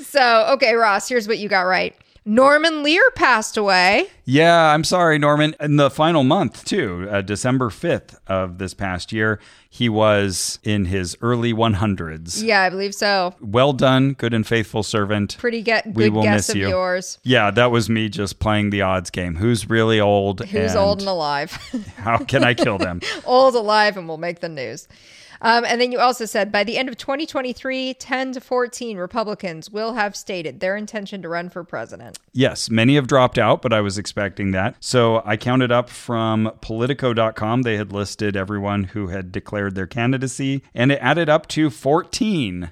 so, okay, Ross, here's what you got right. Norman Lear passed away.
Yeah, I'm sorry, Norman. In the final month, too, uh, December 5th of this past year, he was in his early 100s.
Yeah, I believe so.
Well done, good and faithful servant.
Pretty get,
We
good
will
guess
miss
of
you.
yours.
Yeah, that was me just playing the odds game. Who's really old?
Who's
and
old and alive?
How can I kill them?
old, alive, and will make the news. Um, and then you also said by the end of 2023, 10 to 14 Republicans will have stated their intention to run for president.
Yes, many have dropped out, but I was expecting that. So I counted up from Politico.com. They had listed everyone who had declared their candidacy, and it added up to 14.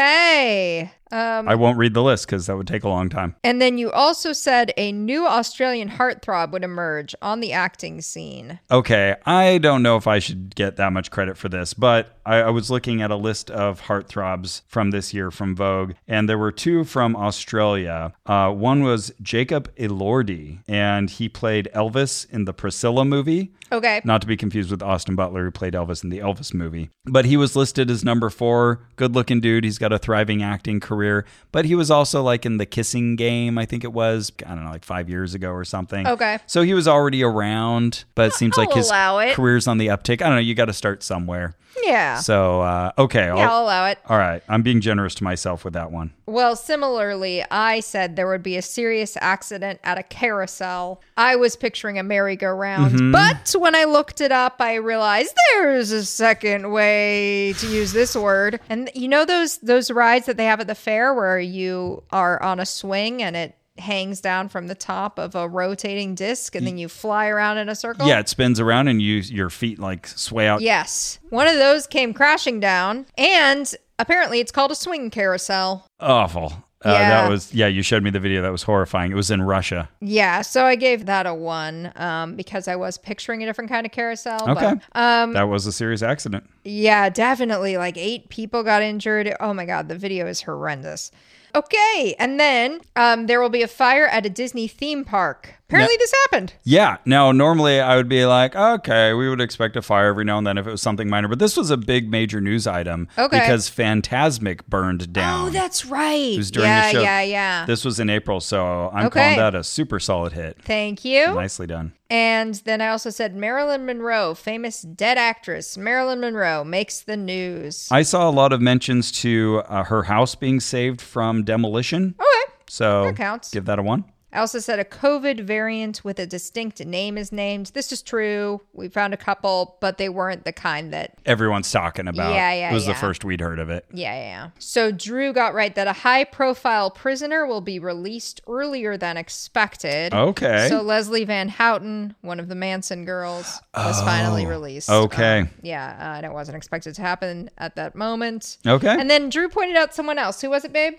Okay. Um,
I won't read the list because that would take a long time.
And then you also said a new Australian heartthrob would emerge on the acting scene.
Okay, I don't know if I should get that much credit for this, but I, I was looking at a list of heartthrobs from this year from Vogue, and there were two from Australia. Uh, one was Jacob Elordi, and he played Elvis in the Priscilla movie.
Okay.
Not to be confused with Austin Butler, who played Elvis in the Elvis movie. But he was listed as number four. Good looking dude. He's got a thriving acting career. But he was also like in the kissing game, I think it was, I don't know, like five years ago or something.
Okay.
So he was already around, but it seems like
I'll
his
allow it.
career's on the uptick. I don't know. You got to start somewhere.
Yeah.
So, uh, okay.
yeah, I'll allow it.
all right. I'm being generous to myself with that one.
Well, similarly, I said there would be a serious accident at a carousel. I was picturing a merry-go-round,
Mhm.
but when I looked it up, I realized there's a second way to use this word. And you know those those rides that they have at the fair where you are on a swing and it hangs down from the top of a rotating disc and then you fly around in a circle?
Yeah, it spins around and you your feet like sway out.
Yes. One of those came crashing down, and apparently it's called a swing carousel.
Awful. Uh,
Yeah.
That was, yeah, you showed me the video. That was horrifying. It was in Russia.
Yeah, so I gave that a one um, because I was picturing a different kind of carousel.
Okay.
But, um,
that was a serious accident.
yeah, definitely. Like eight people got injured. Oh my God, the video is horrendous. Okay, and then um, there will be a fire at a Disney theme park. Apparently, this happened.
Yeah. Now, normally I would be like, okay, we would expect a fire every now and then if it was something minor, but this was a big major news item
Okay.
because Fantasmic burned down.
Oh, that's right.
It was during
yeah,
the show.
yeah, yeah.
This was in April, so I'm
Okay.
calling that a super solid hit.
Thank you.
Nicely done.
And then I also said Marilyn Monroe, famous dead actress. Marilyn Monroe makes the news.
I saw a lot of mentions to uh, her house being saved from demolition.
Okay.
So
That counts.
give that a one.
I also said a COVID variant with a distinct name is named. This is true. We found a couple, but they weren't the kind that.
Everyone's talking about.
Yeah, yeah,
It was the
yeah.
first we'd heard of it.
Yeah, yeah, yeah. So Drew got right that a high profile prisoner will be released earlier than expected.
Okay.
So Leslie Van Houten, one of the Manson girls, was finally released.
Oh, okay.
Um, yeah, uh, and it wasn't expected to happen at that moment.
Okay.
And then Drew pointed out someone else. Who was it, babe?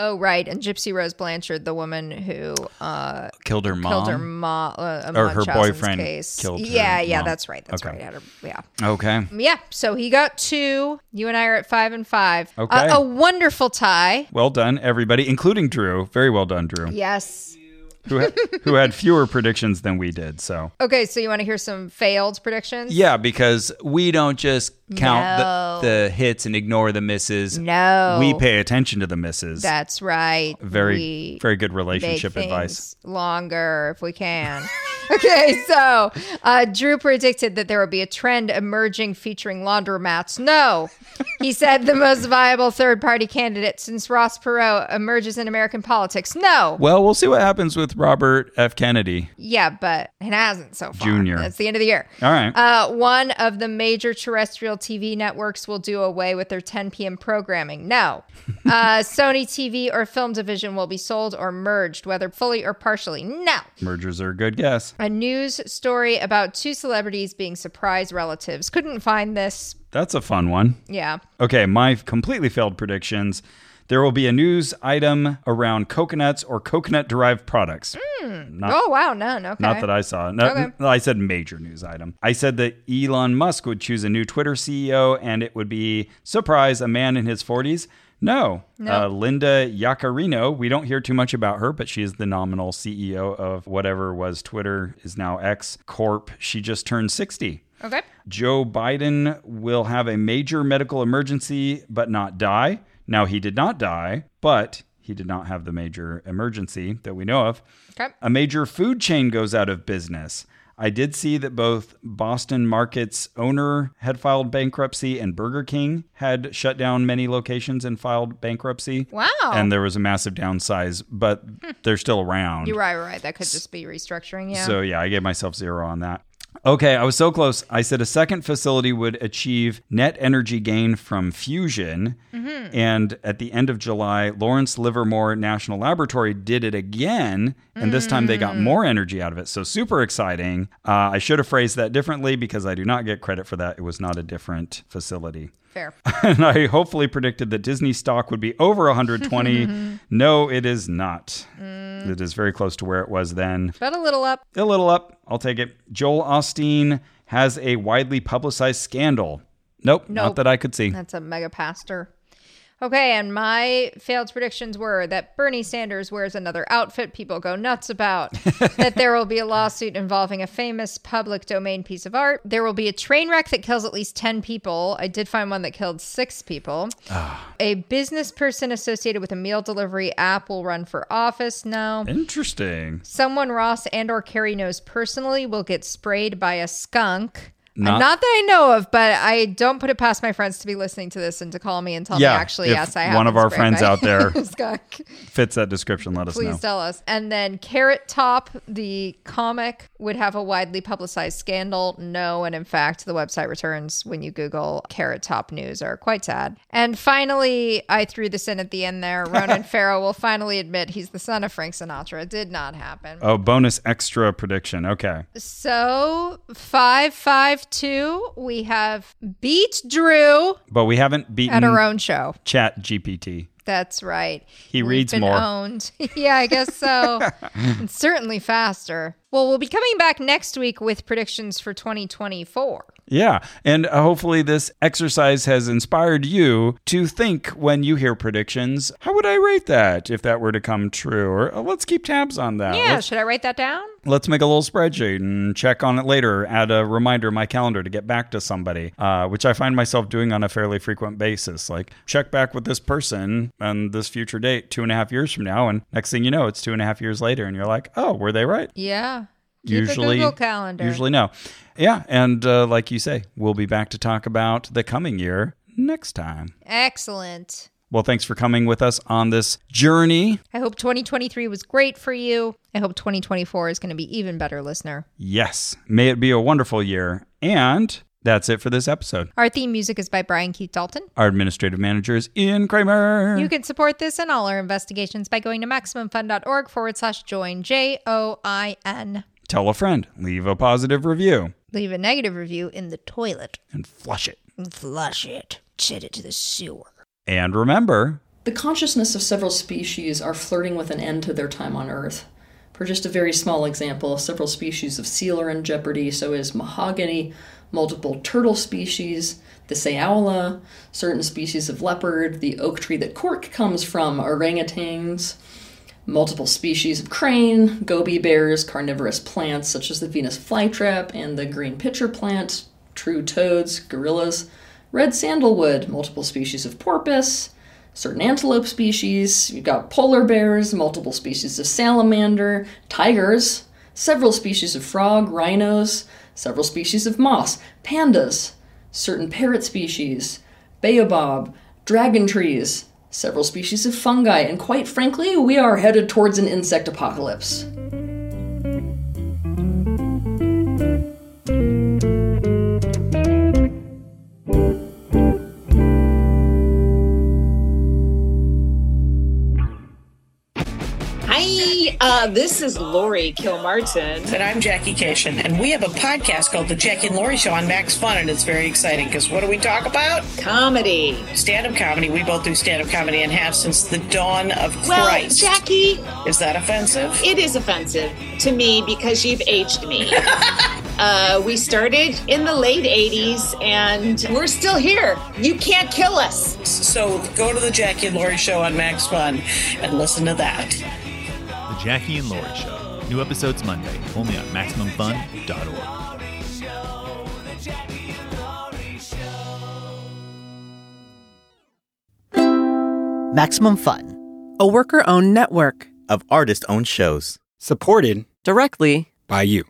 Oh, right. And Gypsy Rose Blanchard, the woman who uh,
Killed her mom.
killed her mom, uh, a
Or her
Munchausen's
boyfriend
case.
killed her
yeah, yeah,
mom.
that's right. That's
Okay.
right. Had her- yeah.
Okay.
Yeah, so he got two. You and I are at five and five. Uh,
Okay.
A- a wonderful tie.
Well done, everybody, including Drew. Very well done, Drew,
Yes.
who, ha- who had fewer predictions than we did. So,
Okay, so you want to hear some failed predictions?
Yeah, because we don't just count
No.
the, the hits and ignore the misses.
No.
we pay attention to the misses.
That's right.
very,
We
very good
make
relationship
things
advice.
Longer if we can. okay, so uh, Drew predicted that there would be a trend emerging featuring laundromats. No. He said the most viable third party candidate since Ross Perot emerges in American politics. No.
Well, we'll see what happens with Robert F. Kennedy.
Yeah, but it hasn't so far.
Junior.
That's the end of the year.
All right.
Uh, one of the major terrestrial TV networks will do away with their 10 p.m. programming. No. Uh, Sony TV or film division will be sold or merged, whether fully or partially. No.
Mergers are a good guess.
A news story about two celebrities being surprise relatives. Couldn't find this.
That's a fun one.
Yeah.
Okay, my completely failed predictions. There will be a news item around coconuts or coconut derived products. Not,
Oh, wow. None. Okay.
not that I saw. No,
Okay.
no, I said major news item. I said that Elon Musk would choose a new Twitter CEO and it would be, surprise, a man in his 40s. No. Uh, Linda Yaccarino, we don't hear too much about her, but she is the nominal CEO of whatever was Twitter, is now X Corp. She just turned 60.
Okay.
Joe Biden will have a major medical emergency but not die. Now, he did not die, but he did not have the major emergency that we know of.
Okay.
A major food chain goes out of business. I did see that both Boston Market's owner had filed bankruptcy and Burger King had shut down many locations and filed bankruptcy.
Wow.
And there was a massive downsize, but they're still around.
You're right. You're right. That could just be restructuring. Yeah.
So yeah, I gave myself zero on that. Okay, I was so close. I said a second facility would achieve net energy gain from fusion. And at the end of July, Lawrence Livermore National Laboratory did it again. And this time they got more energy out of it. So super exciting. Uh, I should have phrased that differently because I do not get credit for that. It was not a different facility
Fair.
and I hopefully predicted that Disney stock would be over 120. no, it is not. It is very close to where it was then.
But a little up.
A little up. I'll take it. Joel Austin has a widely publicized scandal. Nope,
Nope.
not that I could see.
That's a mega pastor. Okay, and my failed predictions were that Bernie Sanders wears another outfit people go nuts about, that there will be a lawsuit involving a famous public domain piece of art, there will be a train wreck that kills at least 10 people. I did find one that killed six people. a business person associated with a meal delivery app will run for office. No.
Interesting.
Someone Ross and or Carrie knows personally will get sprayed by a skunk. Uh,
Not-
Not, that I know of, but I don't put it past my friends to be listening to this and to call me and tell
Yeah,
me actually
if
yes I have
one of
been
our
sprayed
friends
by
out there-
a skunk.
Fits that description. Let us
Please
know.
tell us. And then Carrot Top, the comic, would have a widely publicized scandal. No, and in fact, the website returns when you Google Carrot Top news are quite sad. And finally, I threw this in at the end there. Ronan Farrow will finally admit he's the son of Frank Sinatra. It did not happen.
Oh, bonus extra prediction. Okay.
So five five two, we have beat Drew
But we haven't beaten
at our own show.
Chat GPT.
That's right.
Mm. He
We've
reads
been
more.
Owned. yeah, I guess so. and certainly faster. Well, we'll be coming back next week with predictions for 2024.
Yeah. And uh, hopefully, this exercise has inspired you to think when you hear predictions how would I rate that if that were to come true? Or uh, let's keep tabs on that.
Yeah,
Let's,
should I write that down?
let's make a little spreadsheet and check on it later, add a reminder in my calendar to get back to somebody, uh, which I find myself doing on a fairly frequent basis. Like, check back with this person on this future date two and a half years from now. And next thing you know, it's two and a half years later. And you're like, oh, were they right?
Yeah. Keep
usually
a Google calendar.
Usually no. Yeah, and uh, like you say, we'll be back to talk about the coming year next time.
Excellent.
Well, thanks for coming with us on this journey.
I hope 2023 was great for you. I hope 2024 is going to be even better, listener.
Yes, may it be a wonderful year. And that's it for this episode.
Our theme music is by Brian Keith Dalton.
Our administrative manager is Ian Kramer.
You can support this and all our investigations by going to MaximumFun.org forward slash join, J O I N.
Tell a friend, leave a positive review,
Leave a negative review in the toilet.
and flush it.
Flush it. Send it to the sewer.
And remember,
The consciousness of several species are flirting with an end to their time on Earth. For just a very small example, several species of seal are in jeopardy, so is mahogany, multiple turtle species, the Saola, certain species of leopard, the oak tree that cork comes from, orangutans, multiple species of crane, goby bears, carnivorous plants such as the Venus flytrap and the green pitcher plant, true toads, gorillas, red sandalwood, multiple species of porpoise, certain antelope species, you've got polar bears, multiple species of salamander, tigers, several species of frog, rhinos, several species of moss, pandas, certain parrot species, baobab, dragon trees, several species of fungi, and quite frankly, we are headed towards an insect apocalypse.
Hi, uh, this is Lori Kilmartin. And I'm Jackie Cation, and we have a podcast called The Jackie and Lori Show on Max Fun, and it's very exciting because what do we talk about? Comedy. Stand up comedy. We both do stand up comedy and have since the dawn of
Well,
Christ.
Jackie,
Is that offensive?
it is offensive to me because you've aged me. uh, we started in the late 80s and we're still here. You can't kill us.
So go to The Jackie and Lori Show on Max Fun and listen to that.
The Jackie and Lori Show. New episodes Monday, only on MaximumFun.org.
Maximum Fun, a worker owned network
of artist owned shows. Supported
directly
by you.